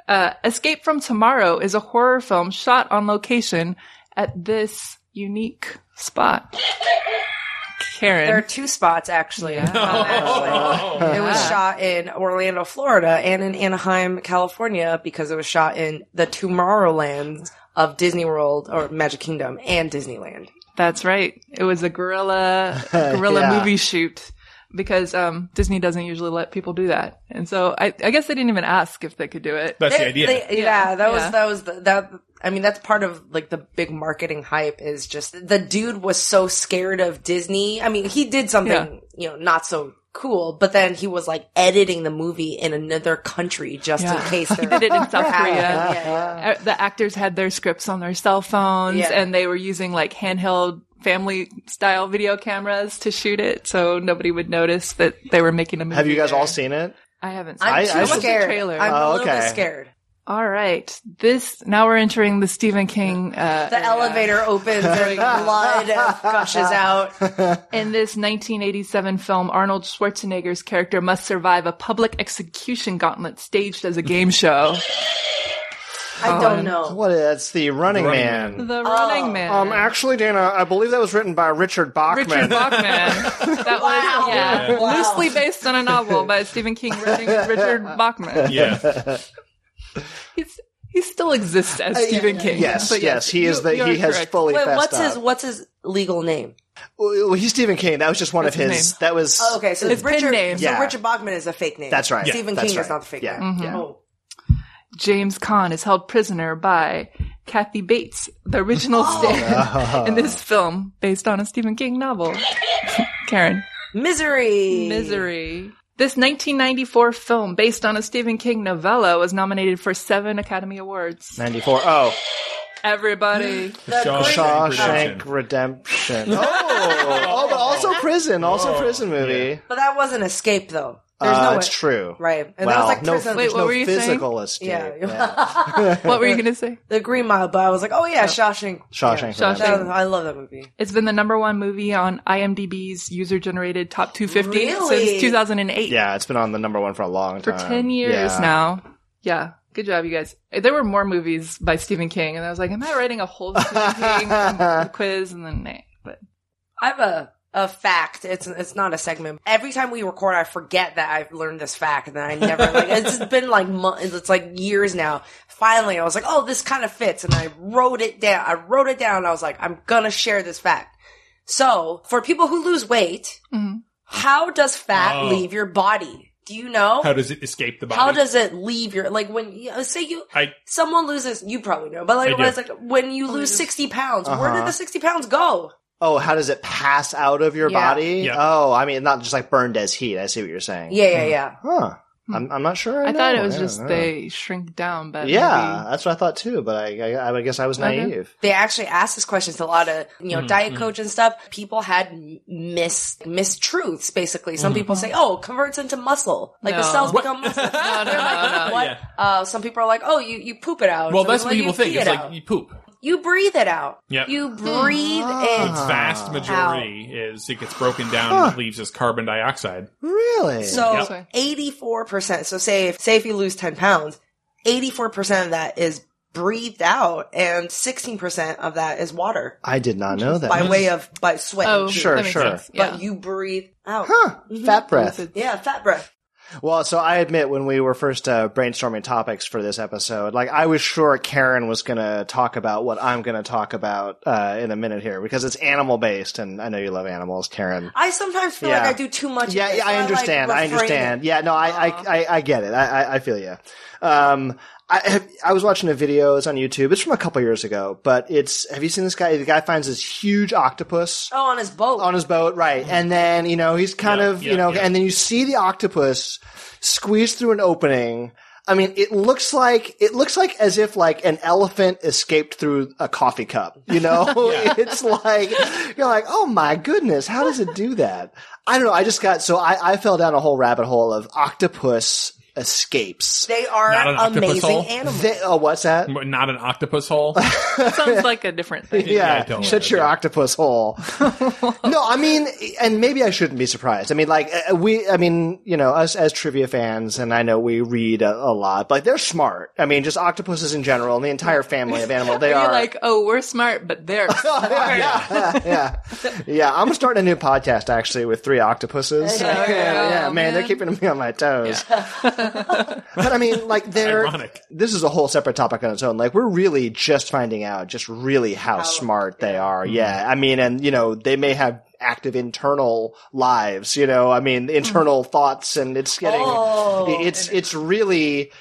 Speaker 3: Uh, Escape from Tomorrow is a horror film shot on location at this unique spot. Karen.
Speaker 1: There are two spots actually.
Speaker 4: Oh,
Speaker 1: Actually. It
Speaker 3: Uh-huh.
Speaker 1: was shot in Orlando, Florida, and in Anaheim, California, because it was shot in the Tomorrowland of Disney World or Magic Kingdom and Disneyland.
Speaker 3: That's right. It was a gorilla gorilla
Speaker 2: Yeah.
Speaker 3: movie shoot because um, Disney doesn't usually let people do that, and so I, I guess they didn't even ask if they could do it.
Speaker 4: That's the
Speaker 1: They-
Speaker 4: idea.
Speaker 1: they- yeah,
Speaker 3: Yeah,
Speaker 1: that
Speaker 3: yeah.
Speaker 1: was that was the, that. I mean, that's part of like the big marketing hype is just the dude was so scared of Disney. I mean, he did something
Speaker 3: Yeah.
Speaker 1: you know not so cool, but then he was like editing the movie in another country just in
Speaker 3: Yeah.
Speaker 1: case. He
Speaker 3: They did it in South Korea.
Speaker 1: Yeah, yeah.
Speaker 3: Uh, The actors had their scripts on their cell phones,
Speaker 1: Yeah.
Speaker 3: and they were using like handheld family style video cameras to shoot it, so nobody would notice that they were making a movie.
Speaker 2: Have you guys
Speaker 3: there.
Speaker 2: all seen it?
Speaker 3: I haven't. Seen
Speaker 1: I'm
Speaker 3: it.
Speaker 1: too
Speaker 2: I
Speaker 3: watched the
Speaker 2: should-
Speaker 1: scared.
Speaker 3: trailer.
Speaker 1: I'm
Speaker 2: Oh,
Speaker 1: a little
Speaker 2: okay.
Speaker 1: bit scared.
Speaker 3: all right, this now we're entering the Stephen King. Uh,
Speaker 1: The elevator opens and blood gushes out.
Speaker 3: In this 1987 film, Arnold Schwarzenegger's character must survive a public execution gauntlet staged as a game show.
Speaker 2: Oh,
Speaker 1: I don't know.
Speaker 2: What? That's the Running,
Speaker 4: Running
Speaker 2: Man.
Speaker 3: The Running Man.
Speaker 2: Um, actually, Dana, I believe that was written by Richard Bachman.
Speaker 3: Richard Bachman. That was yeah,
Speaker 1: Wow.
Speaker 3: loosely based on a novel by Stephen King written with Richard Bachman.
Speaker 4: yeah.
Speaker 3: He's, he still exists as Stephen King.
Speaker 2: Uh, Yes,
Speaker 3: But
Speaker 2: yes, he is
Speaker 3: you-
Speaker 2: the
Speaker 3: you
Speaker 2: he
Speaker 3: are
Speaker 2: has
Speaker 3: correct.
Speaker 2: fully.
Speaker 1: Uh, Wait,
Speaker 2: fessed
Speaker 1: what's
Speaker 2: up.
Speaker 1: his what's his legal name?
Speaker 2: Well, he's Stephen King. That was just one
Speaker 3: That's
Speaker 2: of
Speaker 3: his
Speaker 2: his.
Speaker 3: name.
Speaker 2: That was.
Speaker 1: Oh, okay, so
Speaker 3: It's pen
Speaker 1: Richard.
Speaker 3: name.
Speaker 1: So
Speaker 2: Yeah.
Speaker 1: Richard Bachman is a fake name.
Speaker 2: That's right. Yeah,
Speaker 1: Stephen
Speaker 2: that's
Speaker 1: King is
Speaker 2: right.
Speaker 1: not the fake
Speaker 2: Yeah, Mm-hmm.
Speaker 3: Mm-hmm.
Speaker 1: name.
Speaker 2: yeah.
Speaker 1: Oh.
Speaker 3: James Caan is held prisoner by Kathy Bates, the original
Speaker 2: Oh.
Speaker 3: stand in this film based on a Stephen King novel. Karen.
Speaker 1: Misery.
Speaker 3: Misery. This 1994 film, based on a Stephen King novella, was nominated for seven Academy Awards.
Speaker 2: Ninety-four. Oh,
Speaker 3: everybody.
Speaker 2: Shawshank
Speaker 4: Redemption.
Speaker 2: Redemption. Oh, oh, but also prison, also prison movie.
Speaker 1: But that wasn't escape though. There's
Speaker 2: uh,
Speaker 1: no
Speaker 2: it's
Speaker 1: way-
Speaker 2: true.
Speaker 1: Right. And
Speaker 2: wow.
Speaker 1: that was like
Speaker 2: no,
Speaker 1: prison.
Speaker 3: Wait,
Speaker 2: there's
Speaker 3: what
Speaker 2: no
Speaker 3: were you saying?
Speaker 2: physical escape.
Speaker 1: yeah.
Speaker 3: What were you gonna say?
Speaker 1: the Green Mile, but I was like, oh yeah, Shawshank.
Speaker 2: Shawshank
Speaker 1: Yeah.
Speaker 3: Shawshank.
Speaker 1: That was- I love that movie.
Speaker 3: It's been the number one movie on IMDb's user-generated top 250
Speaker 1: Really?
Speaker 3: since 2008.
Speaker 2: Yeah, it's been on the number one for a long
Speaker 3: for
Speaker 2: time.
Speaker 3: 10 years
Speaker 2: Yeah.
Speaker 3: now. Yeah. Good job, you guys. There were more movies by Stephen King, and I was like, am I writing a whole Stephen King quiz? And then, nah. But
Speaker 1: I have a a fact. It's it's not a segment. Every time we record, I forget that I've learned this fact, and then I never like. It's been like months. It's like years now. Finally, I was like, oh, this kind of fits, and I wrote it down. I wrote it down. I was like, I'm gonna share this fact. So, for people who lose weight,
Speaker 3: Mhm.
Speaker 1: how does fat
Speaker 4: Oh.
Speaker 1: leave your body? Do you know?
Speaker 4: How does it escape the body?
Speaker 1: How does it leave your like when you say you
Speaker 4: I
Speaker 1: someone loses you probably know but
Speaker 4: I
Speaker 1: like
Speaker 4: do.
Speaker 1: when it's like when you lose 60 pounds where
Speaker 2: Uh-huh.
Speaker 1: did the 60 pounds go
Speaker 2: Oh, how does it pass out of your
Speaker 1: Yeah.
Speaker 2: body?
Speaker 4: Yeah.
Speaker 2: Oh, I mean, not just like burned as heat. I see what you're saying.
Speaker 1: yeah yeah yeah
Speaker 2: Huh. I'm, I'm not sure. I,
Speaker 3: Hmm. I, thought
Speaker 2: know.
Speaker 3: it was
Speaker 2: I don't
Speaker 3: just
Speaker 2: know.
Speaker 3: they shrink down, but
Speaker 2: Oh, Yeah,
Speaker 3: maybe-
Speaker 2: that's what I thought too. But I, I, I guess I was
Speaker 3: Okay.
Speaker 2: naive.
Speaker 1: they actually asked this question to a lot of you know
Speaker 4: Mm-hmm.
Speaker 1: diet coach and stuff people had m- mis mistruths basically some people say oh converts into muscle like the
Speaker 3: No.
Speaker 1: cells
Speaker 4: Mm-hmm. What?
Speaker 1: become muscle
Speaker 4: No,
Speaker 3: no, no, no,
Speaker 1: what
Speaker 4: yeah.
Speaker 1: uh, some people are like oh you, you poop it out
Speaker 4: well,
Speaker 1: Some
Speaker 4: that's what
Speaker 1: are
Speaker 4: people
Speaker 1: you
Speaker 4: think.
Speaker 1: pee
Speaker 4: It's
Speaker 1: it
Speaker 4: like
Speaker 1: out.
Speaker 4: you poop.
Speaker 1: you breathe it out
Speaker 4: Yep.
Speaker 1: you breathe it
Speaker 4: The vast majority is it gets broken down and leaves as carbon dioxide.
Speaker 2: Really?
Speaker 1: So
Speaker 3: Yep.
Speaker 1: eighty four percent. So say if say if you lose ten pounds, eighty four percent of that is breathed out, and sixteen percent of that is water
Speaker 2: I did not know that.
Speaker 1: by way of by sweat.
Speaker 3: Oh,
Speaker 1: and shit.
Speaker 2: Sure,
Speaker 3: that makes
Speaker 2: sure.
Speaker 3: sense.
Speaker 1: But
Speaker 3: Yeah.
Speaker 1: you breathe out.
Speaker 2: huh? Fat breath.
Speaker 1: Mm-hmm. Yeah, fat breath.
Speaker 2: Well, so I admit when we were first uh, brainstorming topics for this episode, like I was sure Karen was going to talk about what I'm going to talk about uh, in a minute here because it's animal based, and I know you love animals, Karen.
Speaker 1: I sometimes feel
Speaker 2: Yeah.
Speaker 1: like I do too much. of
Speaker 2: Yeah,
Speaker 1: this,
Speaker 2: yeah,
Speaker 1: so
Speaker 2: I
Speaker 1: like,
Speaker 2: understand. I
Speaker 1: refrain it.
Speaker 2: understand. Yeah, no, I, I, I, I get it. I, I, I feel you. Um, I, I was watching a video. It's on YouTube. It's from a couple years ago, but it's. Have you seen this guy? The guy finds this huge octopus
Speaker 1: Oh, on his boat.
Speaker 2: on his boat, right? And then you know he's kind
Speaker 4: Yeah,
Speaker 2: of you
Speaker 4: yeah,
Speaker 2: know,
Speaker 4: yeah.
Speaker 2: and then you see the octopus squeeze through an opening. I mean, it looks like it looks like as if like an elephant escaped through a coffee cup. You know, it's like you're like, oh my goodness, how does it do that? I don't know. I just got so I, I fell down a whole rabbit hole of octopus escapes.
Speaker 1: they are
Speaker 4: Not an octopus
Speaker 1: amazing
Speaker 4: hole?
Speaker 1: animals.
Speaker 2: They, oh, what's that?
Speaker 4: Not an octopus hole.
Speaker 3: That sounds like a different thing.
Speaker 4: Yeah,
Speaker 2: yeah,
Speaker 4: don't
Speaker 2: shut
Speaker 4: worry,
Speaker 2: your
Speaker 4: yeah.
Speaker 2: octopus hole. no, I mean, and maybe I shouldn't be surprised. I mean, like uh, we, I mean, you know, us as trivia fans, and I know we read a, a lot, but like, they're smart. I mean, just octopuses in general, and the entire family of animal, they
Speaker 3: You're
Speaker 2: are.
Speaker 3: like, oh, we're smart, but they're smart.
Speaker 2: yeah, yeah, yeah. I'm starting a new podcast actually with three octopuses. Yeah, yeah,
Speaker 3: Oh,
Speaker 2: man, they're
Speaker 3: man.
Speaker 2: keeping me on my toes. but I mean, like, they're
Speaker 4: Ironic.
Speaker 2: this is a whole separate topic on its own. Like we're really just finding out just really how, smart they are. Yeah. I mean, and you know, they may have active internal lives, you know, I mean, internal thoughts and it's getting, it's, it's really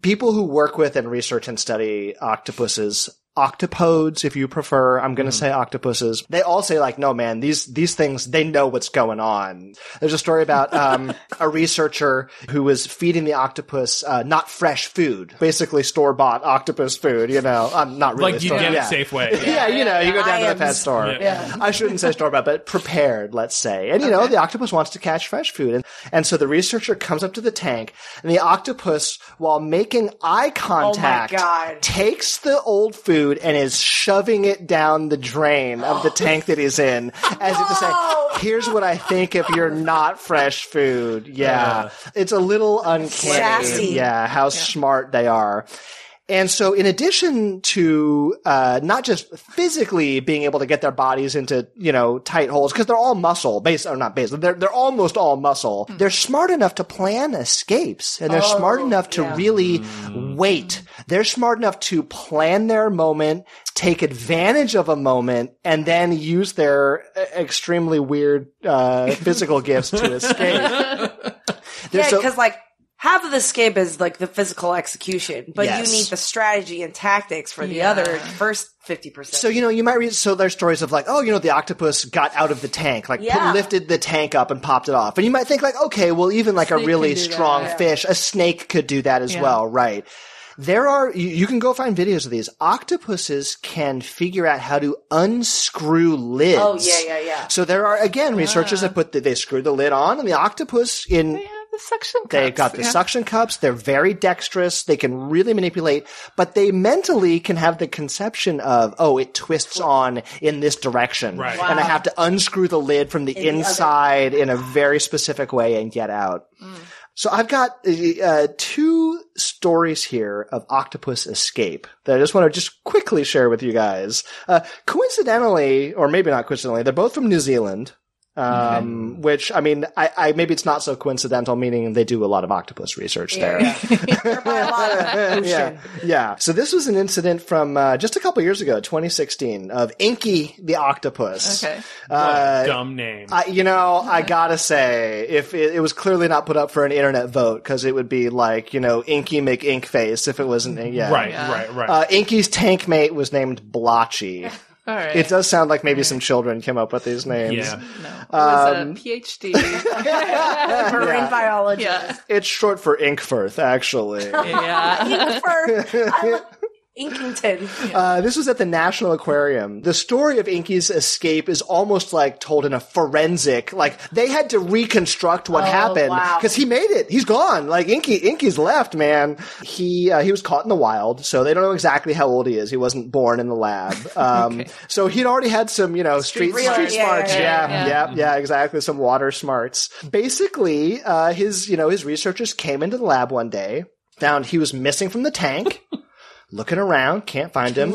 Speaker 2: people who work with and research and study octopuses octopodes if you prefer i'm
Speaker 4: Mm-hmm.
Speaker 2: going to say octopuses they all say like no man these these things they know what's going on there's a story about um, a researcher who was feeding the octopus uh, not fresh food basically store bought octopus food you know um, not really
Speaker 4: like you
Speaker 2: store-
Speaker 4: get
Speaker 2: yeah.
Speaker 4: it Safeway.
Speaker 2: Yeah, you know, you go down to the
Speaker 1: IMs.
Speaker 2: pet store.
Speaker 1: Yeah.
Speaker 2: I shouldn't say store bought, but prepared, let's say. And you know, the octopus wants to catch fresh food. And, and so the researcher comes up to the tank and the octopus, while making eye contact,
Speaker 1: Oh, God.
Speaker 2: takes the old food and is shoving it down the drain of the tank that he's in as if to say, here's what I think if you're not fresh food. Yeah. It's a little uncanny.
Speaker 1: Sassy.
Speaker 2: Yeah. How smart they are. And so, in addition to uh, not just physically being able to get their bodies into you know tight holes, because they're all muscle based or not based, they're they're almost all muscle. They're smart enough to plan escapes, and they're smart enough to really wait. They're smart enough to plan their moment, take advantage of a moment, and then use their uh, extremely weird uh, physical gifts to escape. They're
Speaker 1: Yeah,
Speaker 2: so-
Speaker 1: because like half of the escape is like the physical execution, but
Speaker 2: Yes.
Speaker 1: you need the strategy and tactics for the other first fifty percent.
Speaker 2: So you know, you might read so there's stories of like, oh, you know, the octopus got out of the tank, like put-
Speaker 1: Yeah.
Speaker 2: lifted the tank up and popped it off, and you might think like, okay, well, even like a
Speaker 3: Snake
Speaker 2: really
Speaker 3: can do that,
Speaker 2: strong
Speaker 3: yeah.
Speaker 2: fish, a snake could do that as well, right? There are, you, you can go find videos of these. Octopuses can figure out how to unscrew lids.
Speaker 1: Oh yeah, yeah, yeah.
Speaker 2: So there are, again, researchers that put, the, they screw the lid on and the octopus in,
Speaker 3: They have the suction cups.
Speaker 2: They've got the
Speaker 3: yeah.
Speaker 2: suction cups. They're very dexterous. They can really manipulate, but they mentally can have the conception of, oh, it twists on in this direction.
Speaker 4: Right.
Speaker 2: And I have to unscrew the lid from the inside in a very specific way and get out.
Speaker 3: Mm.
Speaker 2: So I've got uh, two stories here of octopus escape that I just want to just quickly share with you guys. Uh, coincidentally, or maybe not coincidentally, they're both from New Zealand. Um, which I mean, I, I maybe it's not so coincidental, meaning they do a lot of octopus research there.
Speaker 1: They're by a lot
Speaker 3: Oh,
Speaker 1: of ocean.
Speaker 2: Yeah. yeah. So this was an incident from uh, just a couple years ago, 2016, of Inky the octopus.
Speaker 3: Okay.
Speaker 4: What a dumb name.
Speaker 2: Uh, I, you know, I gotta say, if it, it was clearly not put up for an internet vote, because it would be like, you know, Inky make ink face if it wasn't, yeah.
Speaker 4: right, right, right,
Speaker 2: Uh, Inky's tank mate was named Blotchy.
Speaker 3: All right.
Speaker 2: It does sound like maybe some children came up with these names.
Speaker 4: Yeah.
Speaker 3: It was
Speaker 2: um,
Speaker 3: a PhD.
Speaker 1: Marine biologist.
Speaker 3: yeah.
Speaker 2: It's short for Inkfirth, actually.
Speaker 3: Yeah.
Speaker 1: Ink for- I love- Inkington.
Speaker 2: Uh, this was at the National Aquarium. The story of Inky's escape is almost like told in a forensic, like they had to reconstruct what happened
Speaker 1: wow.
Speaker 2: because he made it. He's gone. Like Inky, Inky's left, man. He uh, he was caught in the wild, so they don't know exactly how old he is. He wasn't born in the lab, um, so he'd already had some, you know, street street,
Speaker 1: Street smarts.
Speaker 2: smarts.
Speaker 1: Yeah,
Speaker 2: Yeah,
Speaker 3: yeah,
Speaker 2: yeah, yeah, exactly. Some water smarts. Basically, uh, his you know his researchers came into the lab one day, found he was missing from the tank. looking around, can't find him.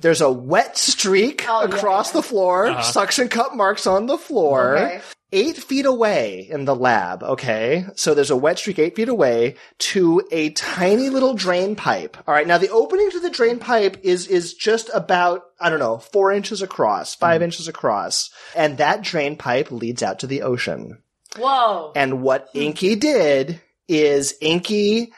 Speaker 2: There's a wet streak across the floor, suction cup marks on the floor. Eight feet away in the lab, okay? So there's a wet streak eight feet away to a tiny little drain pipe. All right. Now the opening to the drain pipe is, is just about, I don't know, four inches across, five inches across. And that drain pipe leads out to the ocean.
Speaker 1: Whoa.
Speaker 2: And what
Speaker 1: Hmm.
Speaker 2: Inky did is Inky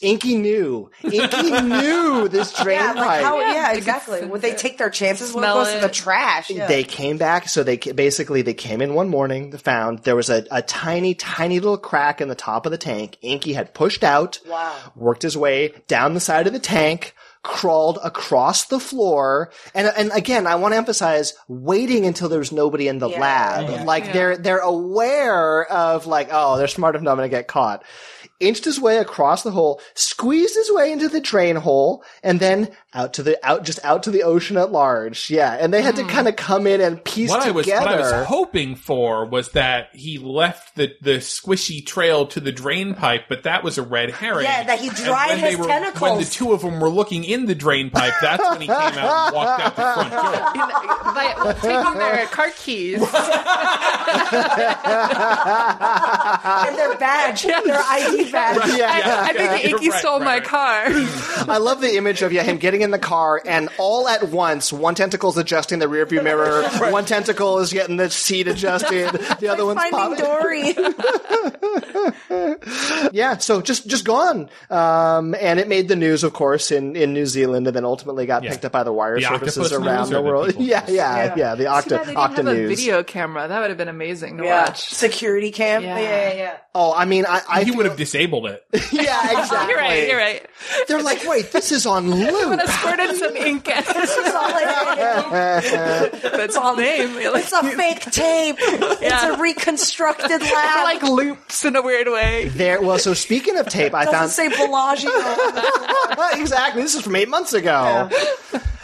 Speaker 2: Inky knew. Inky knew this drain
Speaker 1: Yeah, like
Speaker 2: pipe.
Speaker 1: how, yeah, exactly. Would they take their chances when it
Speaker 3: Smell
Speaker 1: goes to the
Speaker 3: it.
Speaker 1: trash? Yeah.
Speaker 2: They came back, so they ca- basically they came in one morning. They found there was a, a tiny, tiny little crack in the top of the tank. Inky had pushed out,
Speaker 1: Wow.
Speaker 2: worked his way down the side of the tank, crawled across the floor, and and again, I want to emphasize waiting until there's nobody in the
Speaker 1: Yeah.
Speaker 2: lab. Like they're they're aware of like, oh, they're smart enough not to get caught. Inched his way across the hole, squeezed his way into the drain hole, and then out to the out just out to the ocean at large. Yeah, and they had to kind of come in and piece
Speaker 4: What I was
Speaker 2: together.
Speaker 4: what I was hoping for was that he left the, the squishy trail to the drain pipe, but that was a red herring.
Speaker 1: Yeah, that he
Speaker 4: And
Speaker 1: dried
Speaker 4: when they
Speaker 1: his
Speaker 4: were- When the
Speaker 1: tentacles.
Speaker 4: two of them were looking in the drain pipe, that's when he came out and walked out the front door.
Speaker 3: By taking their car keys.
Speaker 1: and their badge, their ID badge.
Speaker 3: I, I
Speaker 4: yeah,
Speaker 3: think
Speaker 4: you're
Speaker 3: Icky
Speaker 4: right,
Speaker 3: stole my
Speaker 4: right.
Speaker 3: car.
Speaker 2: I love the image of yeah, him getting in the car and all at once, one tentacle's adjusting the rearview mirror, one tentacle is getting the seat adjusted, the other one's
Speaker 1: Finding
Speaker 2: popping.
Speaker 1: Dory.
Speaker 2: Yeah, so just just gone. Um, and it made the news, of course, in, in New Zealand, and then ultimately got
Speaker 4: Yeah.
Speaker 2: picked up by the wire
Speaker 4: The
Speaker 2: services
Speaker 4: octopus
Speaker 2: around
Speaker 4: news
Speaker 2: the
Speaker 4: or the
Speaker 2: world.
Speaker 4: people's
Speaker 2: yeah,
Speaker 4: news?
Speaker 2: yeah, yeah, The
Speaker 3: Too
Speaker 2: Octa
Speaker 3: bad they didn't
Speaker 2: Octa
Speaker 3: have a
Speaker 2: News.
Speaker 3: video camera. That would have been amazing to
Speaker 1: Yeah.
Speaker 3: watch.
Speaker 1: Security cam.
Speaker 3: Yeah.
Speaker 1: yeah.
Speaker 2: Oh, I mean, I, I
Speaker 4: He would have disabled it.
Speaker 2: yeah, exactly.
Speaker 3: You're right. You're right.
Speaker 2: They're like, wait, this is on loop.
Speaker 3: I squirted some ink at his
Speaker 1: It's all like-
Speaker 3: That's all name. You're Like,
Speaker 1: it's a fake tape. It's a reconstructed
Speaker 3: they're
Speaker 1: lab.
Speaker 3: like loops in a weird way.
Speaker 2: There. Well, so speaking of tape, I
Speaker 1: Doesn't
Speaker 2: found
Speaker 1: say
Speaker 2: Um,
Speaker 1: Bellagio.
Speaker 2: exactly. This is from eight months ago.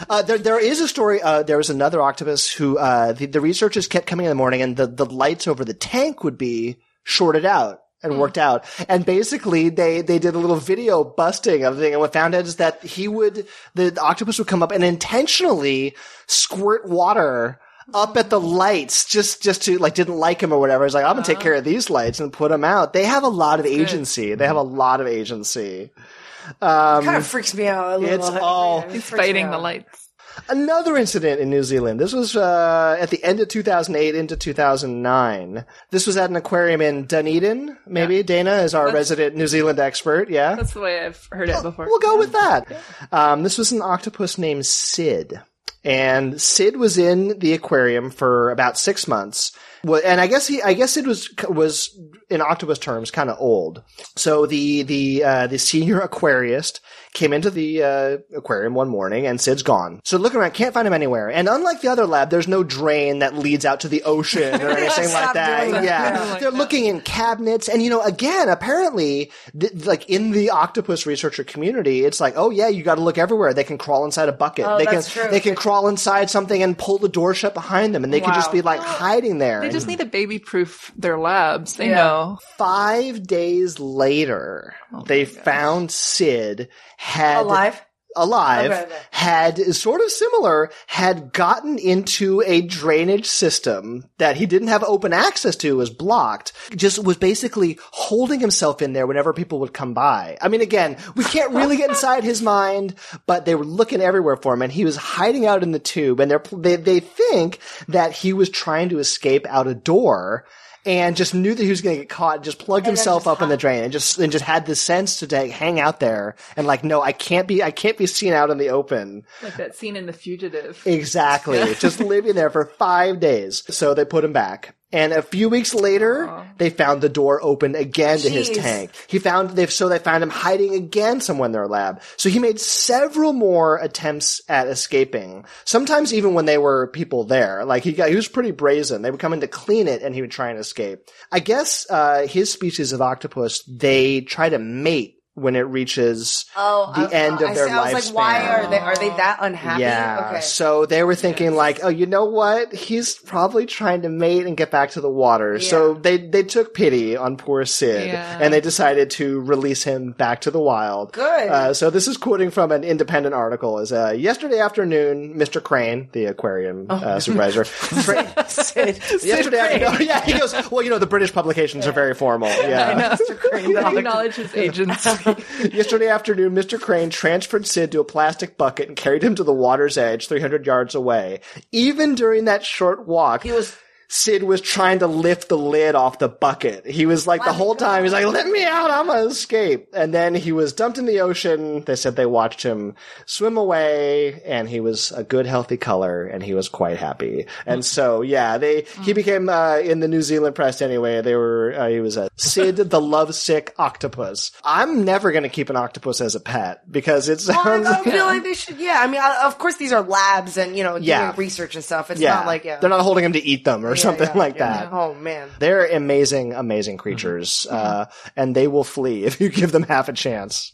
Speaker 2: Uh, there, there is a story. Uh, there was another octopus who uh, the, the researchers kept coming in the morning, and the, the lights over the tank would be shorted out
Speaker 1: Hmm.
Speaker 2: and worked out. And basically, they they did a little video busting of the thing, and what found out is that he would the, the octopus would come up and intentionally squirt water. Up at the lights, just just to like didn't like him or whatever. He's like, I'm gonna
Speaker 1: Uh-huh.
Speaker 2: take care of these lights and put them out. They have a lot of agency. They have a lot of agency. Um,
Speaker 1: kind of freaks me out a little.
Speaker 2: It's all
Speaker 3: He's fighting the lights.
Speaker 2: Another incident in New Zealand. This was uh, at the end of 2008 into 2009. This was at an aquarium in Dunedin. Maybe Dana is our resident New Zealand expert. Yeah,
Speaker 3: That's the way I've heard it before.
Speaker 2: we'll go with that. Um, this was an octopus named Sid, and Sid was in the aquarium for about six months. Well, and I guess he, I guess it was was in octopus terms kind of old. So the the uh, the senior aquarist came into the uh, aquarium one morning and Sid's gone. So looking around, can't find him anywhere. And unlike the other lab, there's no drain that leads out to the ocean or anything like
Speaker 1: Stop
Speaker 2: that.
Speaker 1: doing that.
Speaker 2: Yeah,
Speaker 3: Yeah, like
Speaker 2: they're
Speaker 3: that.
Speaker 2: looking in cabinets, and you know, again, apparently, th- like in the octopus researcher community, it's like, oh yeah, you got to look everywhere. They can crawl inside a bucket.
Speaker 1: Oh,
Speaker 2: they
Speaker 1: that's
Speaker 2: can
Speaker 1: true.
Speaker 2: they can crawl inside something and pull the door shut behind them, and they can just
Speaker 1: Wow.
Speaker 2: be like hiding there.
Speaker 3: They
Speaker 2: And
Speaker 3: just need to baby proof their labs. They
Speaker 1: Yeah.
Speaker 3: know.
Speaker 2: five days later, they found Sid had
Speaker 1: Oh Alive?
Speaker 2: alive,
Speaker 1: Okay, okay.
Speaker 2: had sort of similar, had gotten into a drainage system that he didn't have open access to, was blocked, just was basically holding himself in there whenever people would come by. I mean, again, we can't really get inside his mind, but they were looking everywhere for him and he was hiding out in the tube and they're, they, they think that he was trying to escape out a door. And just knew that he was going to get caught. and Just plugged
Speaker 1: And then
Speaker 2: himself
Speaker 1: just
Speaker 2: up in the
Speaker 1: hide.
Speaker 2: drain and just and just had the sense to like, hang out there and like no i can't be i can't be seen out in the open
Speaker 3: Like that scene in The Fugitive.
Speaker 2: exactly just living there for five days so they put him back and a few weeks later they found the door open again to his
Speaker 1: Jeez.
Speaker 2: tank he found they so they found him hiding again somewhere in their lab so he made several more attempts at escaping sometimes even when they were people there like he got he was pretty brazen they would come in to clean it and he would try and escape i guess uh, his species of octopus they try to mate when it reaches
Speaker 1: Oh,
Speaker 2: the end of
Speaker 1: I
Speaker 2: their
Speaker 1: see. I was like, why
Speaker 2: lifespan.
Speaker 1: are they are they that unhappy?
Speaker 2: Yeah.
Speaker 1: Okay.
Speaker 2: So they were thinking like, oh, you know what? He's probably trying to mate and get back to the water. So they they took pity on poor Sid
Speaker 3: Yeah.
Speaker 2: and they decided to release him back to the wild.
Speaker 1: Good.
Speaker 2: Uh, so this is quoting from an independent article. Is uh, yesterday afternoon, Mr. Crane, the aquarium uh, supervisor. Crane-
Speaker 1: Sid.
Speaker 2: yesterday afternoon, yeah, he goes. Well, you know, the British publications are very formal. Yeah.
Speaker 3: Mr. Crane. Acknowledge his agency.
Speaker 2: Yesterday afternoon, Mr. Crane transferred Sid to a plastic bucket and carried him to the water's edge 300 yards away. Even during that short walk,
Speaker 1: He was
Speaker 2: Sid was trying to lift the lid off the bucket. He was like, the whole time, he's like, let me out, I'm gonna escape. And then he was dumped in the ocean. They said they watched him swim away and he was a good, healthy color and he was quite happy. And so, yeah, they,
Speaker 1: Hmm.
Speaker 2: he became, uh, in the New Zealand press anyway, they were, uh, he was a Sid the lovesick octopus. I'm never gonna keep an octopus as a pet because it sounds,
Speaker 1: I feel like they should. Yeah, I mean, I, of course, these are labs and you know
Speaker 2: Yeah.
Speaker 1: doing research and stuff. It's
Speaker 2: yeah,
Speaker 1: not like yeah,
Speaker 2: they're not holding him to eat them or
Speaker 1: Yeah,
Speaker 2: something
Speaker 1: yeah,
Speaker 2: like
Speaker 1: yeah.
Speaker 2: that.
Speaker 1: Oh man,
Speaker 2: They're amazing, amazing creatures, uh, and they will flee if you give them half a chance.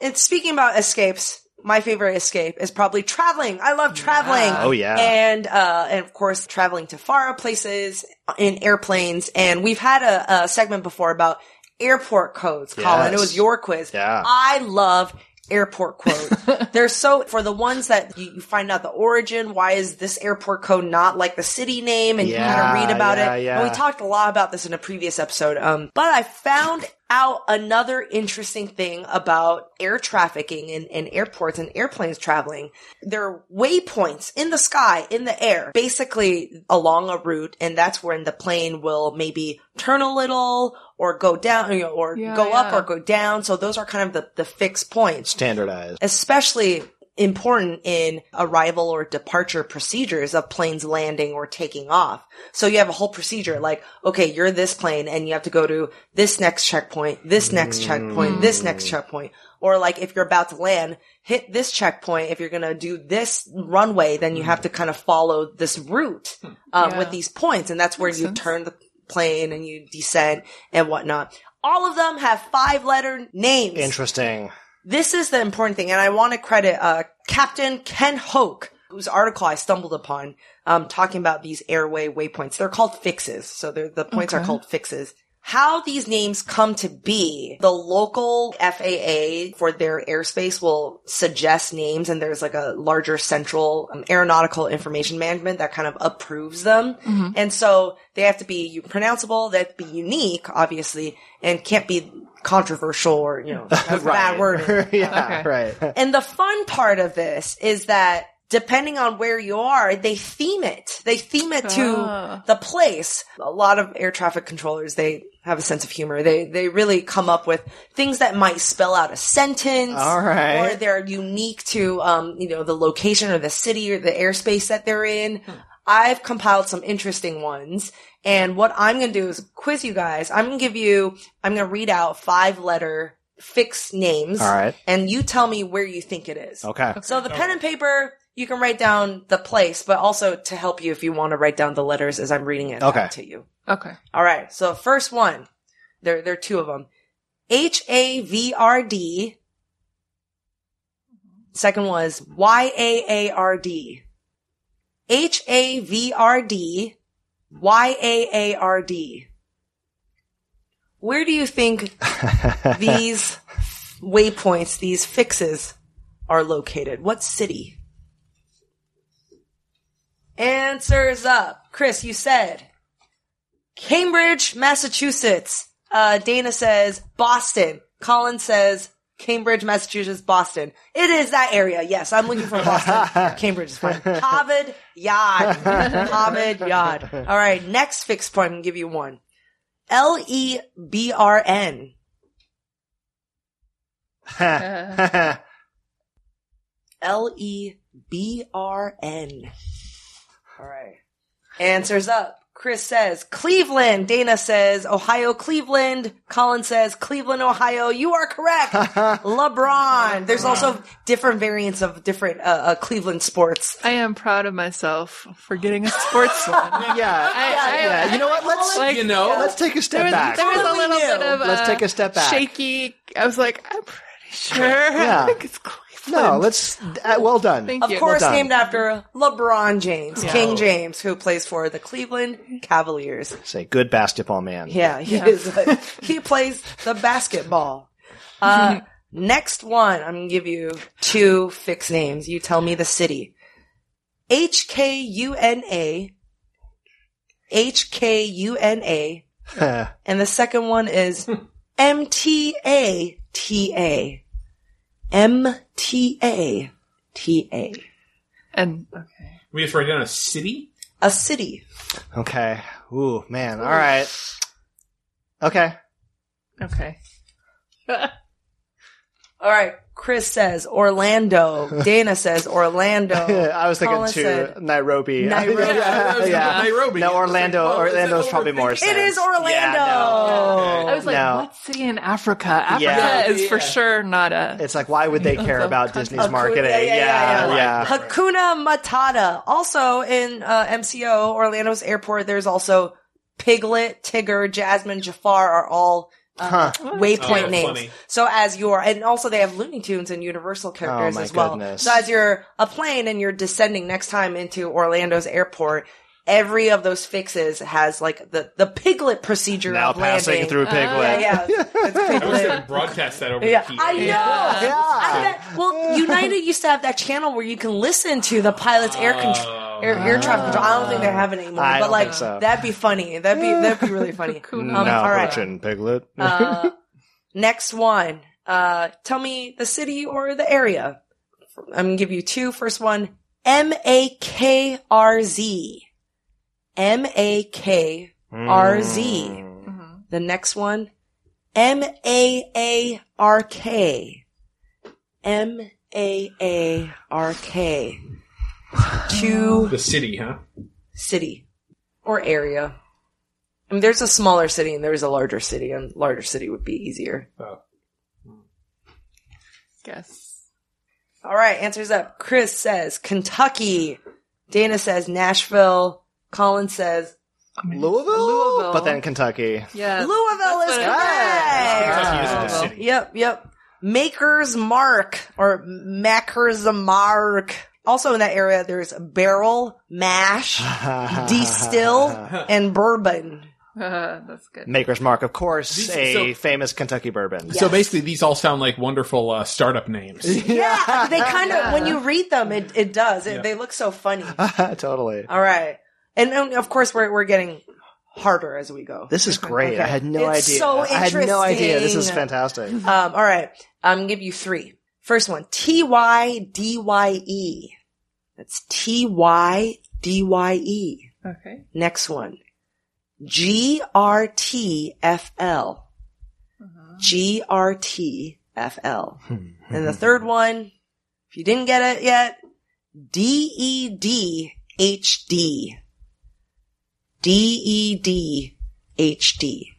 Speaker 1: it's speaking about escapes. My favorite escape is probably traveling. I love traveling.
Speaker 2: Oh, yeah.
Speaker 1: and uh, and of course traveling to far places in airplanes. And we've had a, a segment before about airport codes, Colin. It
Speaker 2: Yes.
Speaker 1: was your quiz.
Speaker 2: Yeah.
Speaker 1: I love airport code. They're so for the ones that you, you find out the origin. Why is this airport code not like the city name? And you
Speaker 2: Yeah,
Speaker 1: kind of read about
Speaker 2: yeah,
Speaker 1: it.
Speaker 2: yeah.
Speaker 1: And we talked a lot about this in a previous episode. Um, but I found out another interesting thing about air trafficking and, and airports and airplanes traveling. There are waypoints in the sky, in the air, basically along a route, and that's when the plane will maybe turn a little or go down you know, or
Speaker 3: Yeah,
Speaker 1: go up
Speaker 3: yeah.
Speaker 1: or go down. So those are kind of the, the fixed points
Speaker 2: Standardized.
Speaker 1: especially important in arrival or departure procedures of planes landing or taking off. So you have a whole procedure like, okay, you're this plane and you have to go to this next checkpoint, this next checkpoint, this next checkpoint. Or like if you're about to land, hit this checkpoint. If you're going to do this runway, then you have to kind of follow this route um,
Speaker 3: Yeah.
Speaker 1: with these points. And that's where you turn the plane and you descend and whatnot. All of them have five letter names
Speaker 2: Interesting.
Speaker 1: this is the important thing, and I want to credit uh, Captain Ken Hoke, whose article I stumbled upon, um, talking about these airway waypoints. They're called fixes, so they're, the points are called fixes. how these names come to be. The local FAA for their airspace will suggest names and there's like a larger central um, aeronautical information management that kind of approves them. And so they have to be pronounceable, they have to be unique, obviously, and can't be controversial or, you know, that's bad word.
Speaker 2: yeah,
Speaker 3: Okay.
Speaker 2: right.
Speaker 1: And the fun part of this is that depending on where you are, they theme it. They theme it to
Speaker 2: Ah.
Speaker 1: the place. A lot of air traffic controllers, they have a sense of humor. They they really come up with things that might spell out a sentence,
Speaker 2: All right.
Speaker 1: or they're unique to um you know the location or the city or the airspace that they're in.
Speaker 2: Hmm.
Speaker 1: I've compiled some interesting ones. And what I'm going to do is quiz you guys. I'm going to give you, I'm going to read out five letter fixed names.
Speaker 2: All right.
Speaker 1: And you tell me where you think it is.
Speaker 2: Okay.
Speaker 1: So the pen and paper, you can write down the place, but also to help you if you want to write down the letters as I'm reading it out
Speaker 2: Okay.
Speaker 1: to you.
Speaker 3: Okay.
Speaker 1: All right. So first one, there, there are two of them. H A V R D. Second was Y A A R D. H A V R D. Y A A R D. Where do you think these waypoints, these fixes are located? What city? Answers up. Chris, you said Cambridge, Massachusetts. Uh, Dana says Boston. Colin says Cambridge, Massachusetts, Boston. It is that area. Yes, I'm looking for Boston. Cambridge is fine. Harvard Yard. Harvard Yard. All right, next fixed point. I'm gonna give you one. L E B R N.
Speaker 3: Uh,
Speaker 1: L E B R N. All right. Answers up. Chris says Cleveland. Dana says Ohio, Cleveland. Colin says Cleveland, Ohio. You are correct. LeBron. There's also different variants of different uh, uh, Cleveland sports.
Speaker 3: I am proud of myself for getting a sports one.
Speaker 2: yeah.
Speaker 3: I-
Speaker 2: yeah. You know what? Let's
Speaker 3: Like,
Speaker 4: you know,
Speaker 2: let's take a step
Speaker 3: there was,
Speaker 2: back.
Speaker 3: there was a
Speaker 1: Totally
Speaker 3: little
Speaker 1: new.
Speaker 3: bit of
Speaker 2: Let's
Speaker 3: uh,
Speaker 2: take a step back.
Speaker 3: Shaky. I was like, I'm pretty sure.
Speaker 2: Yeah.
Speaker 3: I think it's Cleveland.
Speaker 2: no, let's. Uh, well done.
Speaker 3: Thank
Speaker 1: Of
Speaker 3: you.
Speaker 1: course,
Speaker 2: Well done.
Speaker 1: named after LeBron James,
Speaker 3: Yeah.
Speaker 1: King James, who plays for the Cleveland Cavaliers.
Speaker 2: Say good basketball man.
Speaker 1: Yeah, he is. uh, he plays the basketball. Uh, next one, I'm gonna give you two fixed names. You tell me the city. H K U N A. H K U N A. And the second one is M T A T A. M T A T A.
Speaker 3: And okay.
Speaker 4: We have to write down a city.
Speaker 1: A city.
Speaker 2: Okay. Ooh, man. All right. Okay.
Speaker 3: Okay.
Speaker 1: All right. Chris says Orlando. Dana says Orlando.
Speaker 2: I was thinking
Speaker 1: Colin
Speaker 2: too
Speaker 1: said-
Speaker 2: Nairobi.
Speaker 1: Nairobi.
Speaker 4: I was
Speaker 2: yeah.
Speaker 4: thinking Nairobi.
Speaker 2: No, Orlando.
Speaker 4: It's like, oh, is that
Speaker 2: Orlando's
Speaker 4: what
Speaker 2: probably
Speaker 4: we're
Speaker 2: more.
Speaker 4: thinking?
Speaker 1: It is
Speaker 2: sense.
Speaker 1: Orlando.
Speaker 3: I was like,
Speaker 2: Oh, No.
Speaker 3: what city in Africa? Africa
Speaker 2: Yeah.
Speaker 3: is for sure not a.
Speaker 2: It's like, why would they care about Disney's
Speaker 1: Hakuna-
Speaker 2: marketing? Yeah, yeah,
Speaker 1: Hakuna Matata. Also in uh, MCO, Orlando's airport, there's also Piglet, Tigger, Jasmine, Jafar are all uh, waypoint
Speaker 4: Oh,
Speaker 1: names.
Speaker 4: funny.
Speaker 1: So as your, and also they have Looney Tunes and Universal characters
Speaker 2: Oh, my
Speaker 1: as well.
Speaker 2: goodness.
Speaker 1: So as you're a plane and you're descending next time into Orlando's airport, every of those fixes has like the, the Piglet procedure
Speaker 2: Now
Speaker 1: of
Speaker 2: passing
Speaker 1: landing.
Speaker 2: through Piglet.
Speaker 1: Yeah, yeah. It's
Speaker 4: I wish
Speaker 1: Piglet.
Speaker 4: they would broadcast that over.
Speaker 1: Yeah,
Speaker 4: the key.
Speaker 1: I know. I
Speaker 2: Yeah.
Speaker 1: bet, well, United used to have that channel where you can listen to the pilot's air
Speaker 4: Oh.
Speaker 1: control,
Speaker 4: Um,
Speaker 1: air, air traffic control. I don't think they have it anymore,
Speaker 2: I
Speaker 1: but
Speaker 2: don't
Speaker 1: like
Speaker 2: think so.
Speaker 1: that'd be funny. That'd be that'd be really funny. Um,
Speaker 2: now
Speaker 1: all right.
Speaker 2: approaching Piglet.
Speaker 1: Uh, next one. Uh, tell me the city or the area. I'm gonna give you two. First one, M A K R Z. M A K R Z. The next one, M A A R K. M A A R K. Two
Speaker 4: The city, huh?
Speaker 1: city or area. I mean, there's a smaller city and there's a larger city, and larger city would be easier.
Speaker 4: Oh.
Speaker 3: guess.
Speaker 1: All right, answers up. Chris says Kentucky. Dana says Nashville. Colin says
Speaker 2: Hmm. Louisville?
Speaker 3: Louisville.
Speaker 2: But then Kentucky.
Speaker 3: Yeah.
Speaker 1: Louisville is
Speaker 3: That's what I-
Speaker 1: correct.
Speaker 4: Kentucky isn't a
Speaker 3: Wow.
Speaker 4: city.
Speaker 1: Yep, yep. Maker's Mark or Maker's Mark. Also in that area, there's barrel, mash, distill, and bourbon.
Speaker 3: That's good.
Speaker 2: Maker's Mark, of course,
Speaker 4: These-
Speaker 2: a
Speaker 4: so-
Speaker 2: famous Kentucky bourbon.
Speaker 4: So basically, these all sound like wonderful uh, startup names.
Speaker 1: Yeah, they kind of when you read them, it it does. It, They look so funny.
Speaker 2: totally.
Speaker 1: All right, and, and of course we're we're getting harder as we go.
Speaker 2: This is great. I had no
Speaker 1: It's
Speaker 2: idea.
Speaker 1: so
Speaker 2: I had no idea. This is
Speaker 1: interesting.
Speaker 2: fantastic.
Speaker 1: Um, all right, I'm gonna give you three. First one, T Y D Y E. That's T Y D Y E.
Speaker 3: Okay.
Speaker 1: Next one, G R T F L. G R T F L. And the third one, if you didn't get it yet, D E D H D. D E D H D.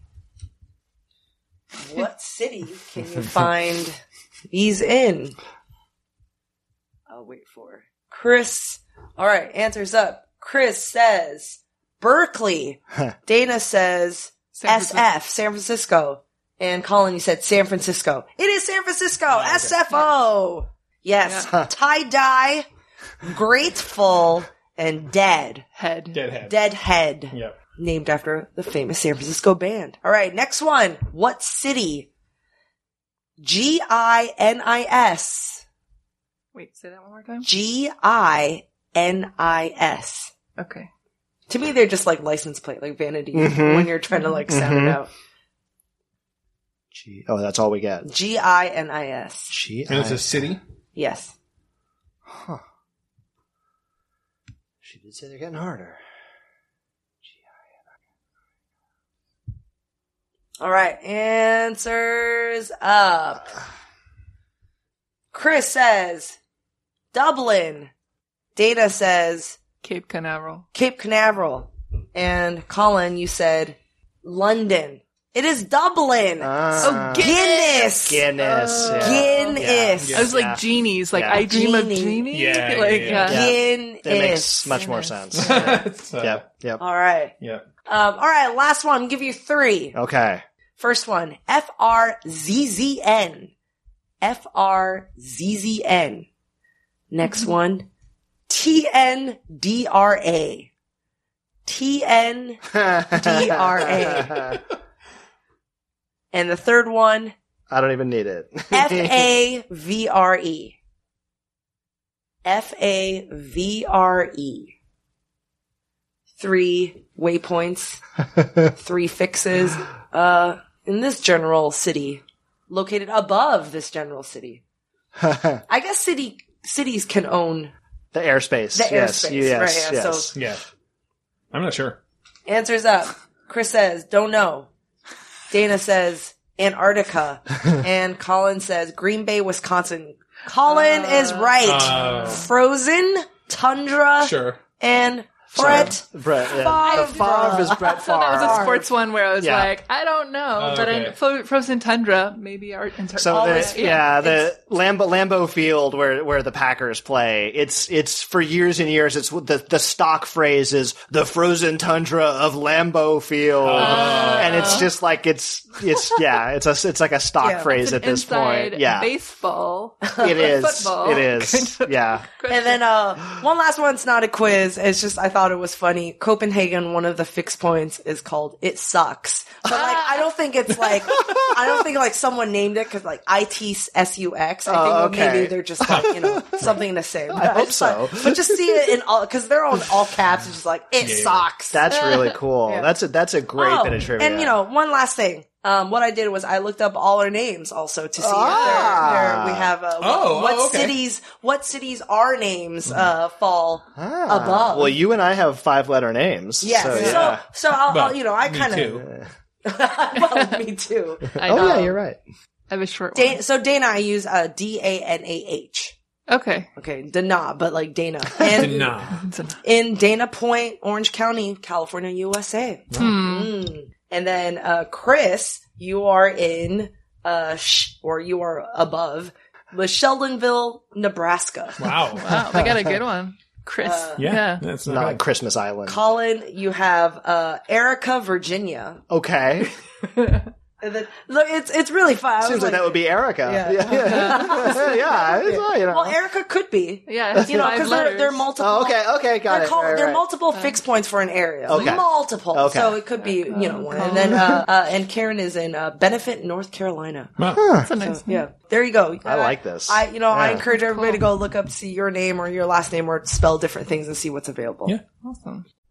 Speaker 1: What city can you find these in? I'll wait for Chris. All right, answers up. Chris says Berkeley. Dana says
Speaker 3: San
Speaker 1: SF, San Francisco. And Colin, you said San Francisco. It is San Francisco, SFO. Yes, tie dye, grateful, and dead.
Speaker 3: Head.
Speaker 4: Deadhead.
Speaker 1: Deadhead
Speaker 4: Yep.
Speaker 1: named after the famous San Francisco band. All right, next one. What city? G I N I S.
Speaker 3: Wait, say that one more time.
Speaker 1: G I N I S.
Speaker 3: Okay.
Speaker 1: To me, they're just like license plate, like vanity when you're trying to like sound it out.
Speaker 2: Gee. Oh, that's all we get.
Speaker 1: G I N I S.
Speaker 2: Gee,
Speaker 4: And it's
Speaker 2: I-
Speaker 4: a city.
Speaker 1: Yes.
Speaker 2: she did say they're getting harder.
Speaker 1: All right, answers up. Chris says Dublin. Data says
Speaker 3: Cape Canaveral.
Speaker 1: Cape Canaveral. And Colin, you said London. It is Dublin. Uh,
Speaker 2: Ah.
Speaker 3: Oh,
Speaker 1: Guinness.
Speaker 2: Guinness. yeah.
Speaker 1: Guinness.
Speaker 3: I was like
Speaker 2: Yeah.
Speaker 3: genies. Like
Speaker 2: Yeah.
Speaker 3: I dream of
Speaker 1: Genie.
Speaker 3: genie.
Speaker 4: Yeah, yeah,
Speaker 3: like uh,
Speaker 4: yeah.
Speaker 3: yeah.
Speaker 1: Guinness.
Speaker 2: That makes much more sense.
Speaker 4: So-
Speaker 2: yep. Yep.
Speaker 1: All right.
Speaker 4: Yeah.
Speaker 1: Um, all right. Last one. I'll give you three.
Speaker 2: Okay.
Speaker 1: First one. F R Z Z N. F R Z Z N. Next one. T N D R A. T N DRA. and the third one.
Speaker 2: I don't even need it.
Speaker 1: F A V R E. F A V R E. Three waypoints, three fixes, uh, in this general city, located above this general city.
Speaker 2: the
Speaker 1: I guess city cities can own
Speaker 2: airspace.
Speaker 1: The
Speaker 2: yes.
Speaker 1: airspace,
Speaker 2: Yes.
Speaker 1: right, yeah,
Speaker 2: yes.
Speaker 1: so-
Speaker 4: Yeah. I'm not sure.
Speaker 1: Answers up. Chris says, don't know. Dana says, Antarctica. and Colin says, Green Bay, Wisconsin. Colin is right.
Speaker 4: Oh.
Speaker 1: Frozen, tundra,
Speaker 4: Sure.
Speaker 1: and Brett.
Speaker 2: Brett. Yeah. The Favre is Brett
Speaker 3: So that was a
Speaker 2: Favre.
Speaker 3: sports one where I was
Speaker 2: Yeah.
Speaker 3: like, I don't know,
Speaker 4: Oh,
Speaker 3: but I,
Speaker 4: okay.
Speaker 3: Fro- Frozen Tundra maybe art and
Speaker 2: So
Speaker 3: all
Speaker 2: the,
Speaker 3: this-
Speaker 2: yeah, the Lambo Lambeau Field where where the Packers play, it's it's for years and years. It's the the stock phrase is the frozen tundra of Lambeau Field,
Speaker 3: Uh.
Speaker 2: and it's just like it's it's yeah, it's a it's like a stock
Speaker 1: Yeah.
Speaker 2: phrase
Speaker 3: It's
Speaker 2: at
Speaker 3: an
Speaker 2: this
Speaker 3: inside
Speaker 2: point. Yeah,
Speaker 3: baseball.
Speaker 1: Oh,
Speaker 2: it is.
Speaker 3: football.
Speaker 2: It is. Yeah.
Speaker 1: And then uh, one last one. It's not a quiz. It's just I thought it was funny. Copenhagen. One of the fixed points is called "It Sucks," but like I don't think it's like I don't think like someone named it because like I T S U X. I think
Speaker 2: Oh,
Speaker 1: well,
Speaker 2: okay.
Speaker 1: maybe they're just like you know something to say. But
Speaker 2: hope
Speaker 1: just thought-
Speaker 2: so.
Speaker 1: but just see it in all because they're on all caps. It's just like it sucks.
Speaker 2: That's really cool. That's a that's a great
Speaker 1: Oh,
Speaker 2: bit of trivia.
Speaker 1: And you know, one last thing. Um, what I did was I looked up all our names also to see
Speaker 2: Ah.
Speaker 1: if there, there we have uh,
Speaker 4: Oh, oh,
Speaker 1: what
Speaker 4: okay.
Speaker 1: cities what cities our names uh, fall
Speaker 2: Ah.
Speaker 1: above.
Speaker 2: Well, you and I have five letter names.
Speaker 1: yes.
Speaker 2: So,
Speaker 1: So
Speaker 2: yeah.
Speaker 1: so, I'll,
Speaker 4: Well,
Speaker 1: I'll Uh, you know I
Speaker 4: me
Speaker 1: kind of
Speaker 4: too.
Speaker 1: well me too.
Speaker 3: I
Speaker 2: oh
Speaker 3: know.
Speaker 2: yeah, you're right.
Speaker 3: I have a short one.
Speaker 1: Dan- so Dana, I use uh, D A N A H.
Speaker 3: Okay.
Speaker 1: Okay, Dana, but like Dana. And
Speaker 4: Nah.
Speaker 1: in Dana Point, Orange County, California, USA.
Speaker 3: Hmm. Mm-hmm.
Speaker 1: Mm. And then uh, Chris, you are in uh, sh- or you are above the Sheldonville, Nebraska.
Speaker 4: Wow.
Speaker 3: Wow, we got a good one. Chris.
Speaker 1: Uh,
Speaker 4: Yeah.
Speaker 3: yeah.
Speaker 4: That's
Speaker 2: Not
Speaker 4: not
Speaker 2: like Christmas Island.
Speaker 1: Colin, you have uh, Erica, Virginia.
Speaker 2: okay.
Speaker 1: The- look, it's it's really fun. I was
Speaker 2: Seems like, that would be Erica.
Speaker 1: Yeah.
Speaker 2: yeah, yeah. Yeah, it's, uh, you know.
Speaker 1: Well, Erica could be.
Speaker 3: Yeah, it's
Speaker 1: you know,
Speaker 3: five
Speaker 1: because they're, they're
Speaker 3: letters.
Speaker 1: multiple.
Speaker 2: oh, okay, okay, got
Speaker 1: they're
Speaker 2: it.
Speaker 1: called,
Speaker 2: Right,
Speaker 1: they're
Speaker 2: right.
Speaker 1: multiple fix points for an area.
Speaker 2: Okay.
Speaker 1: Multiple.
Speaker 2: Okay.
Speaker 1: So it could be, you know, one. And then, uh, uh, and Karen is in, uh, Benefit, North Carolina.
Speaker 3: That's a nice
Speaker 1: Yeah. There you go.
Speaker 2: I like this.
Speaker 1: I, you know, I
Speaker 2: Yeah.
Speaker 1: encourage everybody to go look up, see your name or your last name or spell different things and see what's available.
Speaker 4: Yeah.
Speaker 3: Awesome.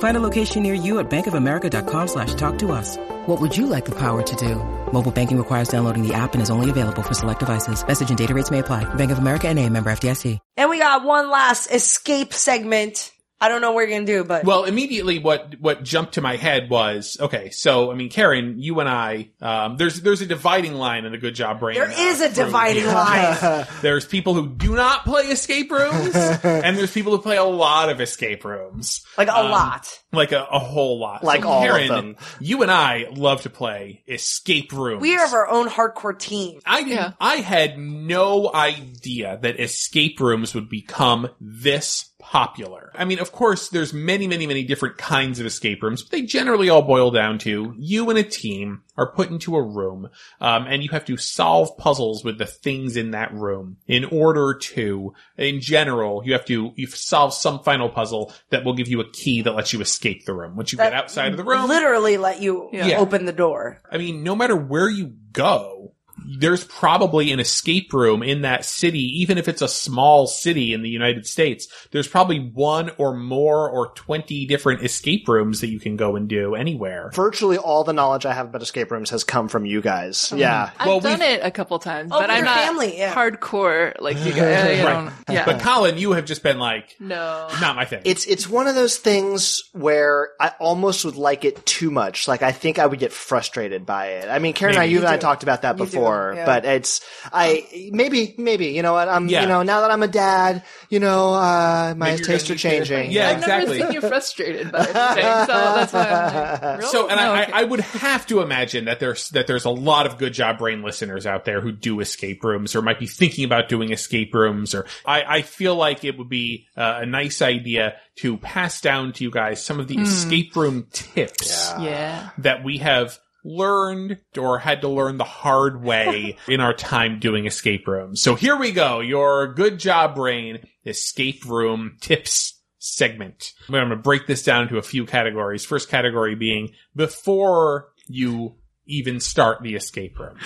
Speaker 5: Find a location near you at bankofamerica.com slash talk to us. What would you like the power to do? Mobile banking requires downloading the app and is only available for select devices. Message and data rates may apply. Bank of America and a member FDIC.
Speaker 1: And we got one last escape segment. I don't know what you're going to do, but
Speaker 4: Well, immediately what what jumped to my head was okay. So I mean, Karen, you and I, um, there's there's a dividing line in the good job brain.
Speaker 1: there is a
Speaker 4: uh, crew
Speaker 1: dividing
Speaker 4: here.
Speaker 1: line.
Speaker 4: There's people who do not play escape rooms, and there's people who play a lot of escape rooms,
Speaker 1: Like a
Speaker 4: Um,
Speaker 1: lot.
Speaker 4: like a, a whole lot.
Speaker 2: Like all of
Speaker 4: Karen,
Speaker 2: them.
Speaker 4: You and I love to play escape rooms.
Speaker 1: We have our own hardcore team.
Speaker 4: I didn't-
Speaker 3: Yeah.
Speaker 4: I had no idea that escape rooms would become this popular. I mean, of course, there's many, many, many different kinds of escape rooms, but they generally all boil down to you and a team are put into a room, um, and you have to solve puzzles with the things in that room in order to, in general, you have to you solve some final puzzle that will give you a key that lets you escape the room. Once you
Speaker 1: That
Speaker 4: get outside of the room,
Speaker 1: Literally let you
Speaker 4: Yeah.
Speaker 1: open the door.
Speaker 4: I mean, no matter where you go, there's probably an escape room in that city, even if it's a small city in the United States. There's probably one or more or 20 different escape rooms that you can go and do anywhere.
Speaker 2: Virtually all the knowledge I have about escape rooms has come from you guys. Yeah.
Speaker 3: I've
Speaker 4: Well,
Speaker 3: done
Speaker 4: we've-
Speaker 3: it a couple times,
Speaker 1: Oh,
Speaker 3: but
Speaker 1: with
Speaker 3: I'm
Speaker 1: your
Speaker 3: not
Speaker 1: family, yeah.
Speaker 3: hardcore like you guys. I don't- Yeah,
Speaker 4: But Colin, you have just been like,
Speaker 3: no.
Speaker 4: not my thing.
Speaker 2: It's it's one of those things where I almost would like it too much. Like I think I would get frustrated by it. I mean, Karen, and I,
Speaker 4: Maybe.
Speaker 2: you and I talked about that
Speaker 1: do,
Speaker 2: before,
Speaker 1: yeah.
Speaker 2: but it's I maybe maybe you know what I'm
Speaker 4: Yeah.
Speaker 2: you know now that I'm a dad, you know uh, my
Speaker 4: Maybe you're
Speaker 2: tastes are
Speaker 4: gonna be different.
Speaker 2: changing.
Speaker 4: Yeah,
Speaker 3: I've
Speaker 4: exactly.
Speaker 3: never seen you frustrated by anything, so that's why I'm like, really?
Speaker 4: So, and
Speaker 3: No,
Speaker 4: I,
Speaker 3: okay.
Speaker 4: I, I would have to imagine that there's that there's a lot of good job brain listeners out there who do escape rooms or might be thinking about doing escape rooms. Or I, I feel like it would be uh, a nice idea to pass down to you guys some
Speaker 3: Hmm.
Speaker 4: of the escape room tips
Speaker 3: yeah.
Speaker 4: that we have learned or had to learn the hard way in our time doing escape rooms. So here we go. Your good job brain escape room tips segment. I'm going to break this down into a few categories. First category being before you even start the escape room.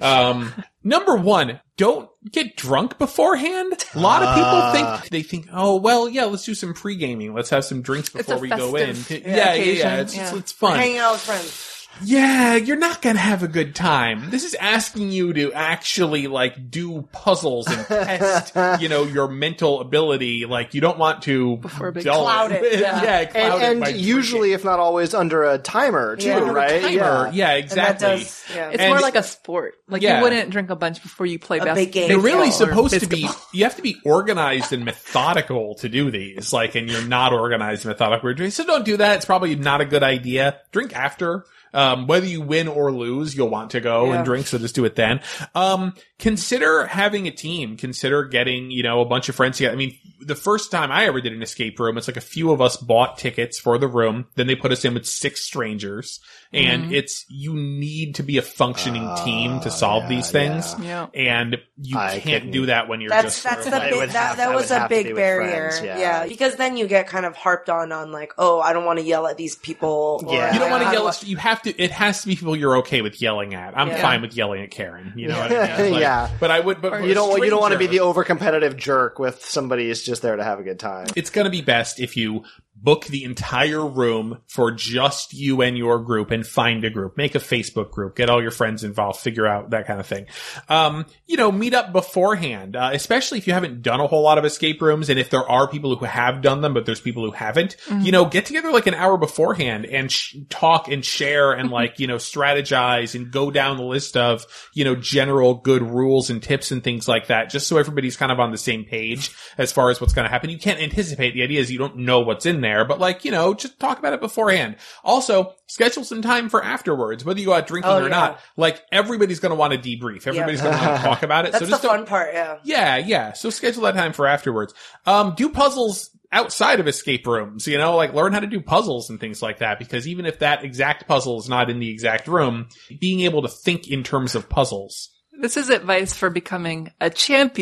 Speaker 4: Um, number one, don't get drunk beforehand. A lot of people
Speaker 3: Ah.
Speaker 4: think they think, oh well, yeah, let's do some pre gaming. Let's have some drinks before
Speaker 3: a
Speaker 4: we go in.
Speaker 3: festive
Speaker 4: Yeah, yeah, yeah.
Speaker 3: occasion,
Speaker 4: It's, it's
Speaker 3: yeah.
Speaker 4: it's fun.
Speaker 1: Hanging out with friends.
Speaker 4: Yeah, you're not gonna have a good time. This is asking you to actually like do puzzles and test, you know, your mental ability. Like you don't want to
Speaker 3: Before a big-
Speaker 4: dull
Speaker 1: Cloud it,
Speaker 4: Yeah,
Speaker 1: yeah.
Speaker 4: cloud it
Speaker 2: And,
Speaker 4: by
Speaker 2: and usually, if not always, under a timer too,
Speaker 1: Yeah.
Speaker 2: right?
Speaker 4: drinking. Timer. Yeah,
Speaker 1: And that
Speaker 4: exactly.
Speaker 1: does, yeah.
Speaker 3: It's
Speaker 4: And-
Speaker 3: more like a sport. Like
Speaker 4: Yeah.
Speaker 3: you wouldn't drink a bunch before you play
Speaker 1: A
Speaker 3: basketball.
Speaker 1: big game.
Speaker 4: They're really
Speaker 1: baseball
Speaker 4: supposed to be. You have to be organized and methodical to do these. Like, and you're not organized and methodical. when you're doing- So don't do that. It's probably not a good idea. Drink after. Um, whether you win or lose, you'll want to go
Speaker 1: Yeah.
Speaker 4: and drink. So just do it then. Um, consider having a team. Consider getting, you know, a bunch of friends together. I mean, the first time I ever did an escape room, it's like a few of us bought tickets for the room. Then they put us in with six strangers. And
Speaker 1: Mm-hmm.
Speaker 4: it's, you need to be a functioning
Speaker 2: Oh,
Speaker 4: team
Speaker 2: Ah,
Speaker 4: to solve these things
Speaker 3: Yeah.
Speaker 4: and you
Speaker 2: I
Speaker 4: can't
Speaker 2: couldn't-
Speaker 4: do that when you're
Speaker 1: That's
Speaker 4: just sort
Speaker 1: that's
Speaker 4: of
Speaker 1: the
Speaker 4: like-
Speaker 2: would
Speaker 1: big, that
Speaker 2: have-
Speaker 1: that
Speaker 2: I
Speaker 1: was
Speaker 2: would
Speaker 1: a
Speaker 2: have to
Speaker 1: big
Speaker 2: be with
Speaker 1: barrier.
Speaker 2: friends,
Speaker 1: yeah.
Speaker 2: yeah.
Speaker 1: because then you get kind of harped on on like, oh, I don't want to yell at these people. or
Speaker 2: Yeah.
Speaker 4: you don't
Speaker 1: I-
Speaker 4: want
Speaker 1: I
Speaker 4: to yell at you have to it has to be people you're okay with yelling at i'm
Speaker 3: Yeah.
Speaker 4: fine with yelling at karen you know what I mean? Like,
Speaker 2: Yeah.
Speaker 4: but i would but
Speaker 3: Or
Speaker 4: for
Speaker 2: You don't want you don't want to be
Speaker 4: stranger-
Speaker 2: the overcompetitive jerk with somebody who's just there to have a good time.
Speaker 4: it's going to be best if you book the entire room for just you and your group and find a group make a facebook group get all your friends involved figure out that kind of thing um, you know meet up beforehand uh, especially if you haven't done a whole lot of escape rooms and if there are people who have done them but there's people who haven't
Speaker 1: Mm-hmm.
Speaker 4: you know get together like an hour beforehand and sh- talk and share and like you know strategize and go down the list of you know general good rules and tips and things like that just so everybody's kind of on the same page as far as what's going to happen you can't anticipate the idea is you don't know what's in in there, but like, you know, just talk about it beforehand. Also, schedule some time for afterwards, whether you are drinking
Speaker 1: Oh, yeah.
Speaker 4: or not. Like, everybody's going to want to debrief. Everybody's going to want to talk about it.
Speaker 1: That's the
Speaker 4: just don't-
Speaker 1: fun part. Yeah.
Speaker 4: yeah, yeah. So schedule that time for afterwards. Um, do puzzles outside of escape rooms, you know, like learn how to do puzzles and things like that, because even if that exact puzzle is not in the exact room, being able to think in terms of puzzles.
Speaker 3: This is advice for becoming a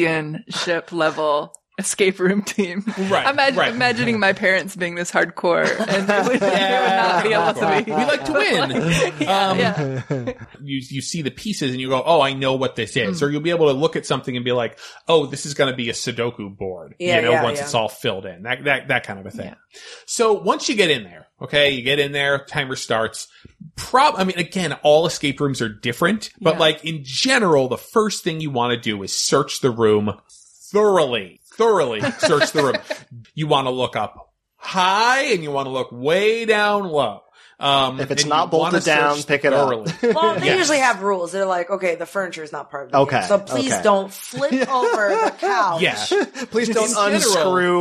Speaker 3: championship level escape room team.
Speaker 4: Right,
Speaker 3: I'm imag-
Speaker 4: right.
Speaker 3: imagining my parents being this hardcore and they would, they would not be able to be.
Speaker 4: We like to win.
Speaker 3: Yeah,
Speaker 4: Um,
Speaker 3: yeah.
Speaker 4: you you see the pieces and you go, oh, I know what this
Speaker 1: Hmm.
Speaker 4: is, or you'll be able to look at something and be like, oh, this is going to be a Sudoku board,
Speaker 1: Yeah,
Speaker 4: you know,
Speaker 1: yeah,
Speaker 4: once
Speaker 1: yeah.
Speaker 4: it's all filled in, that that that kind of a thing. So once you get in there, okay, you get in there, timer starts. Prob, I mean, again, all escape rooms are different, but like in general, the first thing you want to do is search the room thoroughly, thoroughly search the room. You want to look up high and you want to look way down low. Um,
Speaker 2: If it's
Speaker 4: and
Speaker 2: not
Speaker 4: you wanna
Speaker 2: bolted down,
Speaker 4: search
Speaker 2: pick it up.
Speaker 4: thoroughly.
Speaker 1: Well, they
Speaker 4: Yes.
Speaker 1: usually have rules. They're like, okay, the furniture is not part of the
Speaker 2: Okay,
Speaker 1: game, so please
Speaker 2: okay.
Speaker 1: don't flip over the couch.
Speaker 4: Yeah.
Speaker 2: Please don't
Speaker 4: In general,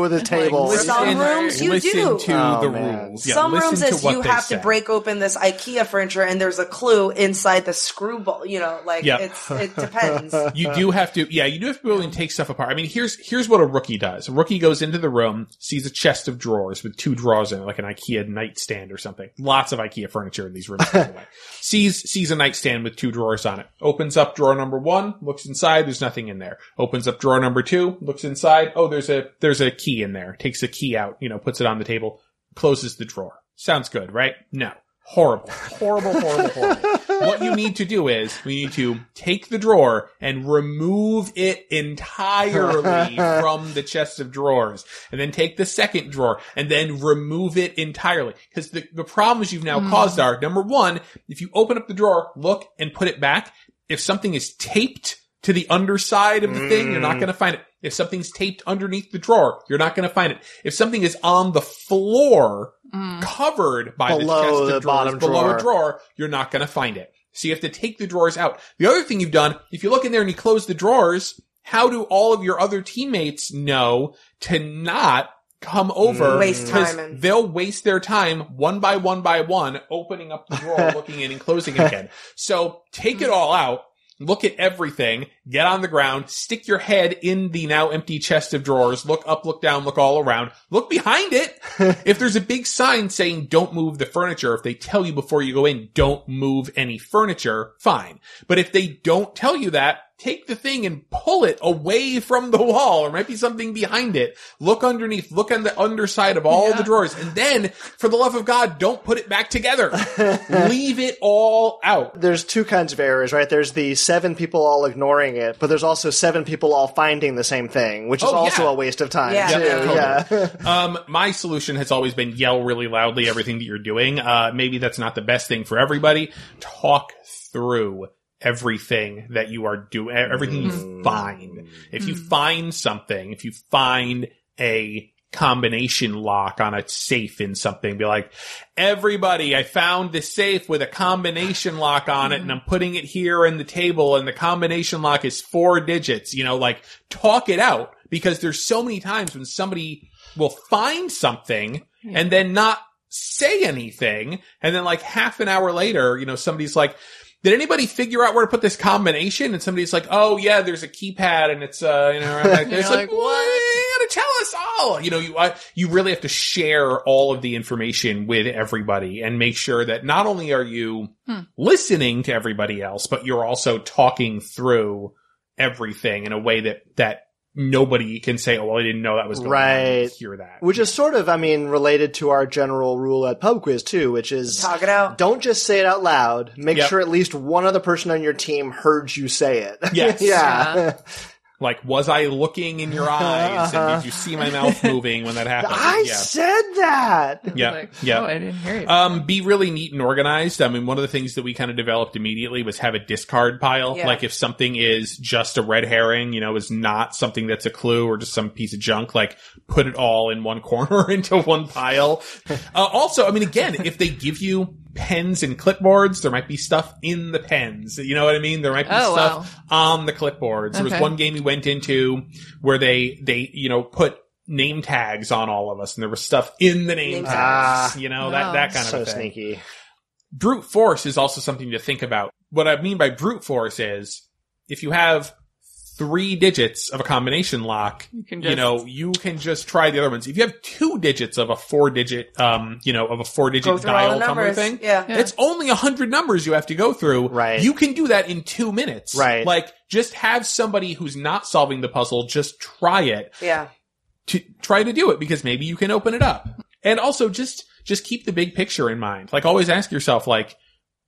Speaker 2: unscrew the table.
Speaker 1: listen- Some rooms you
Speaker 4: listen
Speaker 1: do.
Speaker 4: to
Speaker 2: Oh,
Speaker 4: the
Speaker 2: man.
Speaker 4: rules. Yeah,
Speaker 1: Some
Speaker 4: listen
Speaker 1: rooms
Speaker 4: to
Speaker 1: is
Speaker 4: what
Speaker 1: you
Speaker 4: they
Speaker 1: have
Speaker 4: say.
Speaker 1: to break open this IKEA furniture, and there's a clue inside the screwball. You know, like
Speaker 4: Yep.
Speaker 1: it's it depends.
Speaker 4: You do have to, yeah, you do have to be willing to take stuff apart. I mean, here's here's what a rookie does. A rookie goes into the room, sees a chest of drawers with two drawers in it, like an IKEA nightstand or something. Lots of IKEA furniture in these rooms. by the way. Sees sees a nightstand with two drawers on it. Opens up drawer number one, looks inside. There's nothing in there. Opens up drawer number two, looks inside. Oh, there's a there's a key in there. Takes a key out, you know, puts it on the table, closes the drawer. Sounds good, right? No. Horrible. Horrible, horrible, horrible. what you need to do is we need to take the drawer and remove it entirely from the chest of drawers. And then take the second drawer and then remove it entirely. Because the, the problems you've now caused are number one, if you open up the drawer, look and put it back, if something is taped to the underside of the thing, you're not going to find it. If something's taped underneath the drawer, you're not going to find it. If something is on the floor,
Speaker 1: Mm.
Speaker 4: covered by
Speaker 2: Below
Speaker 4: the chest of
Speaker 2: the
Speaker 4: drawers,
Speaker 2: bottom
Speaker 4: below
Speaker 2: drawer.
Speaker 4: a drawer, you're not going to find it. So you have to take the drawers out. The other thing you've done, if you look in there and you close the drawers, how do all of your other teammates know to not come over?
Speaker 1: Waste
Speaker 4: 'Cause
Speaker 1: time and-
Speaker 4: they'll waste their time one by one by one, opening up the drawer, looking in and closing it again. So take
Speaker 1: Mm.
Speaker 4: it all out. Look at everything, get on the ground, stick your head in the now empty chest of drawers, look up, look down, look all around, look behind it. if there's a big sign saying don't move the furniture, if they tell you before you go in, don't move any furniture, fine. But if they don't tell you that, take the thing and pull it away from the wall. There might be something behind it. Look underneath, look on the underside of all the drawers, and then, for the love of God, don't put it back together. Leave it all out.
Speaker 2: there's two kinds of errors, right? There's the seven people all ignoring it, but there's also seven people all finding the same thing, which is
Speaker 4: Oh, yeah.
Speaker 2: also a waste of time.
Speaker 1: Yeah.
Speaker 2: too.
Speaker 1: Yeah, totally.
Speaker 2: yeah.
Speaker 4: Um, my solution has always been yell really loudly everything that you're doing. Uh, maybe that's not the best thing for everybody. Talk through everything that you are doing, everything you find. If you find something, if you find a combination lock on a safe in something, be like, everybody, I found this safe with a combination lock on it and I'm putting it here in the table and the combination lock is four digits, you know, like talk it out because there's so many times when somebody will find something and then not say anything. And then like half an hour later, you know, somebody's like, did anybody figure out where to put this combination? And somebody's like, oh yeah, there's a keypad and it's, uh, you know, like, it's like,
Speaker 3: like,
Speaker 4: what? You gotta tell us all. You know, you, uh, you really have to share all of the information with everybody and make sure that not only are you listening to everybody else, but you're also talking through everything in a way that, that nobody can say, oh, well, I didn't know that was going on. I didn't
Speaker 2: Right.
Speaker 4: Hear that.
Speaker 2: Which is sort of, I mean, related to our general rule at pub quiz too, which is
Speaker 1: Talk it out.
Speaker 2: don't just say it out loud. Make
Speaker 4: Yep.
Speaker 2: sure at least one other person on your team heard you say it.
Speaker 4: Yes.
Speaker 2: yeah.
Speaker 4: Like, was I looking in your eyes? And did you see my mouth moving when that happened?
Speaker 2: I
Speaker 4: yeah.
Speaker 2: said that.
Speaker 4: Yeah.
Speaker 3: Like,
Speaker 4: yeah.
Speaker 3: Oh, I didn't hear you.
Speaker 4: Um, be really neat and organized. I mean, one of the things that we kind of developed immediately was have a discard pile.
Speaker 1: Yeah.
Speaker 4: Like if something is just a red herring, you know, is not something that's a clue or just some piece of junk, like put it all in one corner into one pile. Uh, also, I mean, again, if they give you pens and clipboards, there might be stuff in the pens. You know what I mean? There might be
Speaker 3: Oh,
Speaker 4: stuff
Speaker 3: wow.
Speaker 4: on the clipboards. There was
Speaker 3: Okay.
Speaker 4: one game we went into where they they you know put name tags on all of us, and there was stuff in the name,
Speaker 1: Name
Speaker 4: tags.
Speaker 2: tags.
Speaker 4: You know
Speaker 3: No.
Speaker 1: oh,
Speaker 4: that that kind
Speaker 2: Ah, so
Speaker 4: of a thing.
Speaker 2: sneaky.
Speaker 4: Brute force is also something to think about. What I mean by brute force is if you have three digits of a combination lock,
Speaker 3: You can
Speaker 4: you know, you can just try the other ones. If you have two digits of a four digit, um, you know, of a four
Speaker 1: Go
Speaker 4: digit
Speaker 1: through all
Speaker 4: dial
Speaker 1: the
Speaker 4: tumbler
Speaker 1: numbers.
Speaker 4: thing,
Speaker 1: Yeah.
Speaker 3: Yeah.
Speaker 4: it's only a hundred numbers you have to go through.
Speaker 2: Right.
Speaker 4: You can do that in two minutes.
Speaker 2: Right.
Speaker 4: Like, just have somebody who's not solving the puzzle just try it
Speaker 1: Yeah.
Speaker 4: to try to do it because maybe you can open it up. And also just just keep the big picture in mind. Like always ask yourself like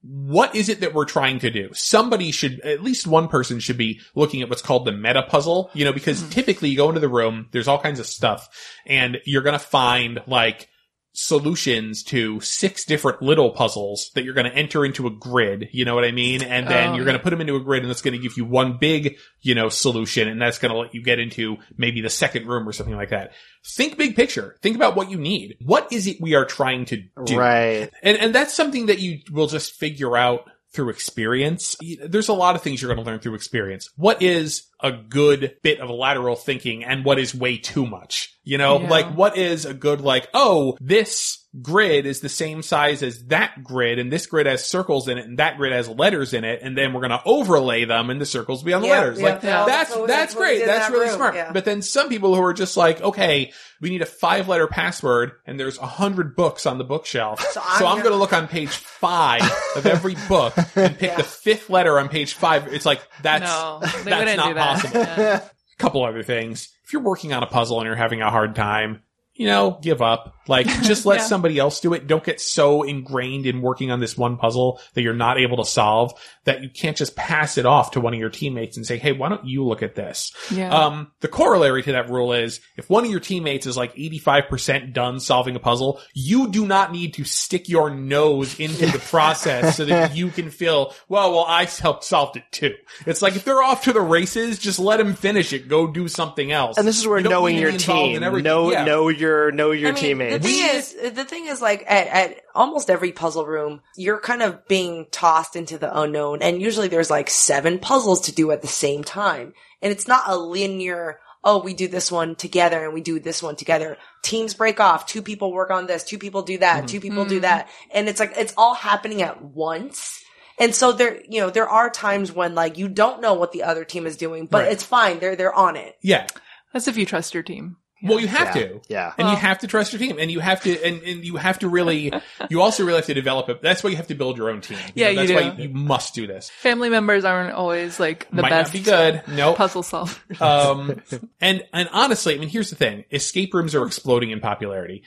Speaker 4: what is it that we're trying to do? Somebody should at least one person should be looking at what's called the meta puzzle, you know, because typically you go into the room, there's all kinds of stuff and you're going to find like solutions to six different little puzzles that you're going to enter into a grid. You know what I mean? And then
Speaker 3: Oh,
Speaker 4: you're going to put them into a grid and that's going to give you one big, you know, solution. And that's going to let you get into maybe the second room or something like that. Think big picture. Think about what you need. What is it we are trying to do?
Speaker 2: Right.
Speaker 4: And, and that's something that you will just figure out through experience. Y- There's a lot of things you're going to learn through experience. What is a good bit of lateral thinking and what is way too much? You know,
Speaker 3: Yeah.
Speaker 4: like what is a good, like, oh, this grid is the same size as that grid and this grid has circles in it and that grid has letters in it. And then we're going to overlay them and the circles will be on the
Speaker 1: Yeah,
Speaker 4: letters.
Speaker 1: yeah,
Speaker 4: like
Speaker 1: yeah.
Speaker 4: that's,
Speaker 1: That's what we-
Speaker 4: that's
Speaker 1: that's what we
Speaker 4: great.
Speaker 1: did in
Speaker 4: That's
Speaker 1: that
Speaker 4: really
Speaker 1: room,
Speaker 4: smart.
Speaker 1: yeah.
Speaker 4: But then some people who are just like, okay, we need a five letter password and there's a hundred books on the bookshelf. So
Speaker 1: I'm
Speaker 4: I'm,
Speaker 1: gonna-
Speaker 4: going to look on page five of every book and pick the fifth letter on page five. It's like, that's,
Speaker 3: no, they
Speaker 4: that's
Speaker 3: wouldn't
Speaker 4: not
Speaker 3: do that.
Speaker 4: possible.
Speaker 3: Yeah.
Speaker 4: A couple other things. If you're working on a puzzle and you're having a hard time, you know, give up. Like, just let
Speaker 3: Yeah.
Speaker 4: somebody else do it. Don't get so ingrained in working on this one puzzle that you're not able to solve that you can't just pass it off to one of your teammates and say, Hey, why don't you look at this?
Speaker 3: Yeah.
Speaker 4: Um, the corollary to that rule is if one of your teammates is like 85% done solving a puzzle, you do not need to stick your nose into the process so that you can feel, well, well, I helped solved it too. It's like if they're off to the races, just let them finish it. Go do something else.
Speaker 2: And this is where
Speaker 4: You don't
Speaker 2: knowing
Speaker 4: need to
Speaker 2: your
Speaker 4: be involved in
Speaker 2: team,
Speaker 4: everything.
Speaker 2: know
Speaker 4: Yeah.
Speaker 2: know your know your
Speaker 1: I mean,
Speaker 2: teammates.
Speaker 1: The thing is, the thing is, like at, at almost every puzzle room, you're kind of being tossed into the unknown, and usually there's like seven puzzles to do at the same time, and it's not a linear. Oh, we do this one together and we do this one together. Teams break off. Two people work on this. Two people do
Speaker 2: Mm-hmm.
Speaker 1: that. Two people do that. And it's like, it's all happening at once. And so there, you know, there are times when like you don't know what the other team is doing, but
Speaker 4: Right.
Speaker 1: it's fine. They're, they're on it.
Speaker 4: yeah.
Speaker 3: That's if you trust your team.
Speaker 4: Well, you have
Speaker 2: Yeah.
Speaker 4: to.
Speaker 2: Yeah.
Speaker 4: And you have to trust your team and you have to, and, and you have to really, you also really have to develop it. That's why you have to build your own team.
Speaker 3: Yeah,
Speaker 4: know,
Speaker 3: you
Speaker 4: That's
Speaker 3: do.
Speaker 4: why you, you must do this.
Speaker 3: Family members aren't always like the
Speaker 4: Might
Speaker 3: best
Speaker 4: not be good. No.
Speaker 3: puzzle solvers.
Speaker 4: um, and and honestly, I mean, here's the thing: escape rooms are exploding in popularity.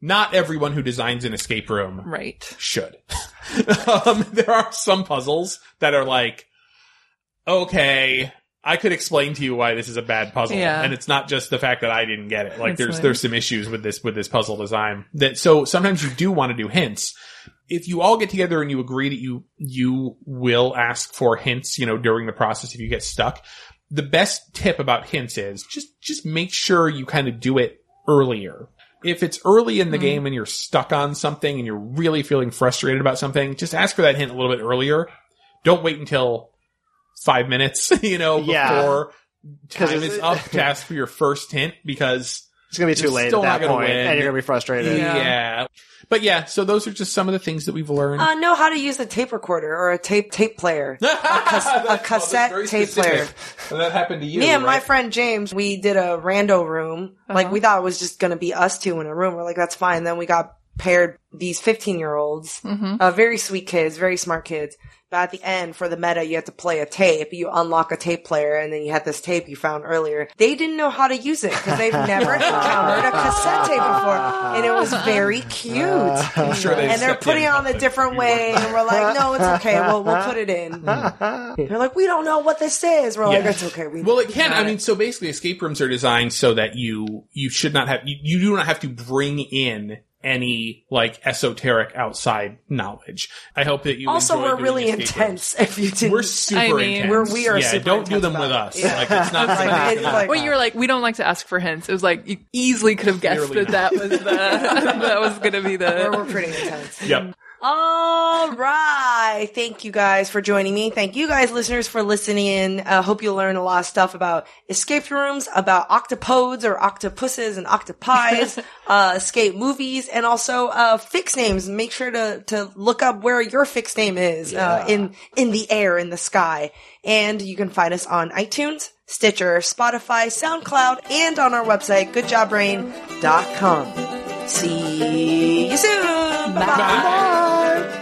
Speaker 4: Not everyone who designs an escape room
Speaker 3: right.
Speaker 4: should. um, there are some puzzles that are like, okay, I could explain to you why this is a bad puzzle,
Speaker 3: Yeah.
Speaker 4: and it's not just the fact that I didn't get it. Like,
Speaker 3: It's
Speaker 4: there's
Speaker 3: like-
Speaker 4: there's some issues with this with this puzzle design. That so sometimes you do want to do hints. If you all get together and you agree that you you will ask for hints, you know, during the process if you get stuck, the best tip about hints is just just make sure you kind of do it earlier. If it's early in the game and you're stuck on something and you're really feeling frustrated about something, just ask for that hint a little bit earlier. Don't wait until five minutes, you know,
Speaker 2: Yeah.
Speaker 4: before
Speaker 2: 'Cause
Speaker 4: time
Speaker 2: it's-
Speaker 4: is up to ask for your first hint because
Speaker 2: It's gonna be too
Speaker 4: You're
Speaker 2: late
Speaker 4: still
Speaker 2: at
Speaker 4: not
Speaker 2: that
Speaker 4: gonna
Speaker 2: point,
Speaker 4: win.
Speaker 2: and you're gonna be frustrated.
Speaker 4: yeah.
Speaker 3: Yeah.
Speaker 4: But yeah, so those are just some of the things that we've learned.
Speaker 1: Uh, know how to use a tape recorder or a tape, tape player.
Speaker 4: That's- well, that's
Speaker 1: cassette
Speaker 4: very
Speaker 1: tape
Speaker 4: specific.
Speaker 1: player.
Speaker 4: And that happened to you.
Speaker 1: Me and my
Speaker 4: right?
Speaker 1: friend James, we did a rando room. Like we thought it was just gonna be us two in a room. We're like, that's fine. Then we got paired these 15 year olds, uh, very sweet kids, very smart kids. But at the end for the meta, you had to play a tape. You unlock a tape player and then you had this tape you found earlier. They didn't know how to use it because they've never encountered a cassette tape before. And it was very cute.
Speaker 4: I'm sure they
Speaker 1: and they're
Speaker 4: stepped in
Speaker 1: putting it on a
Speaker 4: something.
Speaker 1: different way. And we're like, no, it's okay. We'll, we'll put it in. They're like, we don't know what this is. We're like,
Speaker 4: Yeah.
Speaker 1: it's okay. We
Speaker 4: Well, it can. I mean, so basically, escape rooms are designed so that you you should not have you, you do not have to bring in any like esoteric outside knowledge. I hope that you
Speaker 1: also
Speaker 4: enjoy
Speaker 1: we're
Speaker 4: doing
Speaker 1: really
Speaker 4: escape rooms.
Speaker 1: intense if you didn't
Speaker 4: We're super
Speaker 3: I mean,
Speaker 4: intense.
Speaker 1: we're- we are
Speaker 4: yeah,
Speaker 1: super
Speaker 4: don't do
Speaker 1: intense
Speaker 4: them with
Speaker 1: about
Speaker 4: us.
Speaker 1: it. Yeah.
Speaker 4: Like it's not something
Speaker 1: Like,
Speaker 4: that's
Speaker 1: it's
Speaker 4: gonna
Speaker 1: like-
Speaker 3: Well, you were like, we don't like to ask for hints. It was like you easily could have guessed
Speaker 4: Clearly
Speaker 3: that that was the that was gonna be
Speaker 1: we're,
Speaker 3: the.
Speaker 1: we're pretty intense
Speaker 4: Yep.
Speaker 1: All right. Thank you guys for joining me. Thank you guys, listeners, for listening in. Uh, hope you learned a lot of stuff about escape rooms, about octopodes or octopuses and octopies, uh, escape movies, and also uh, fix names. Make sure to, to look up where your fix name is uh, in, in the air, in the sky. And you can find us on iTunes, Stitcher, Spotify, SoundCloud, and on our website, goodjobbrain.com. See you soon. Bye.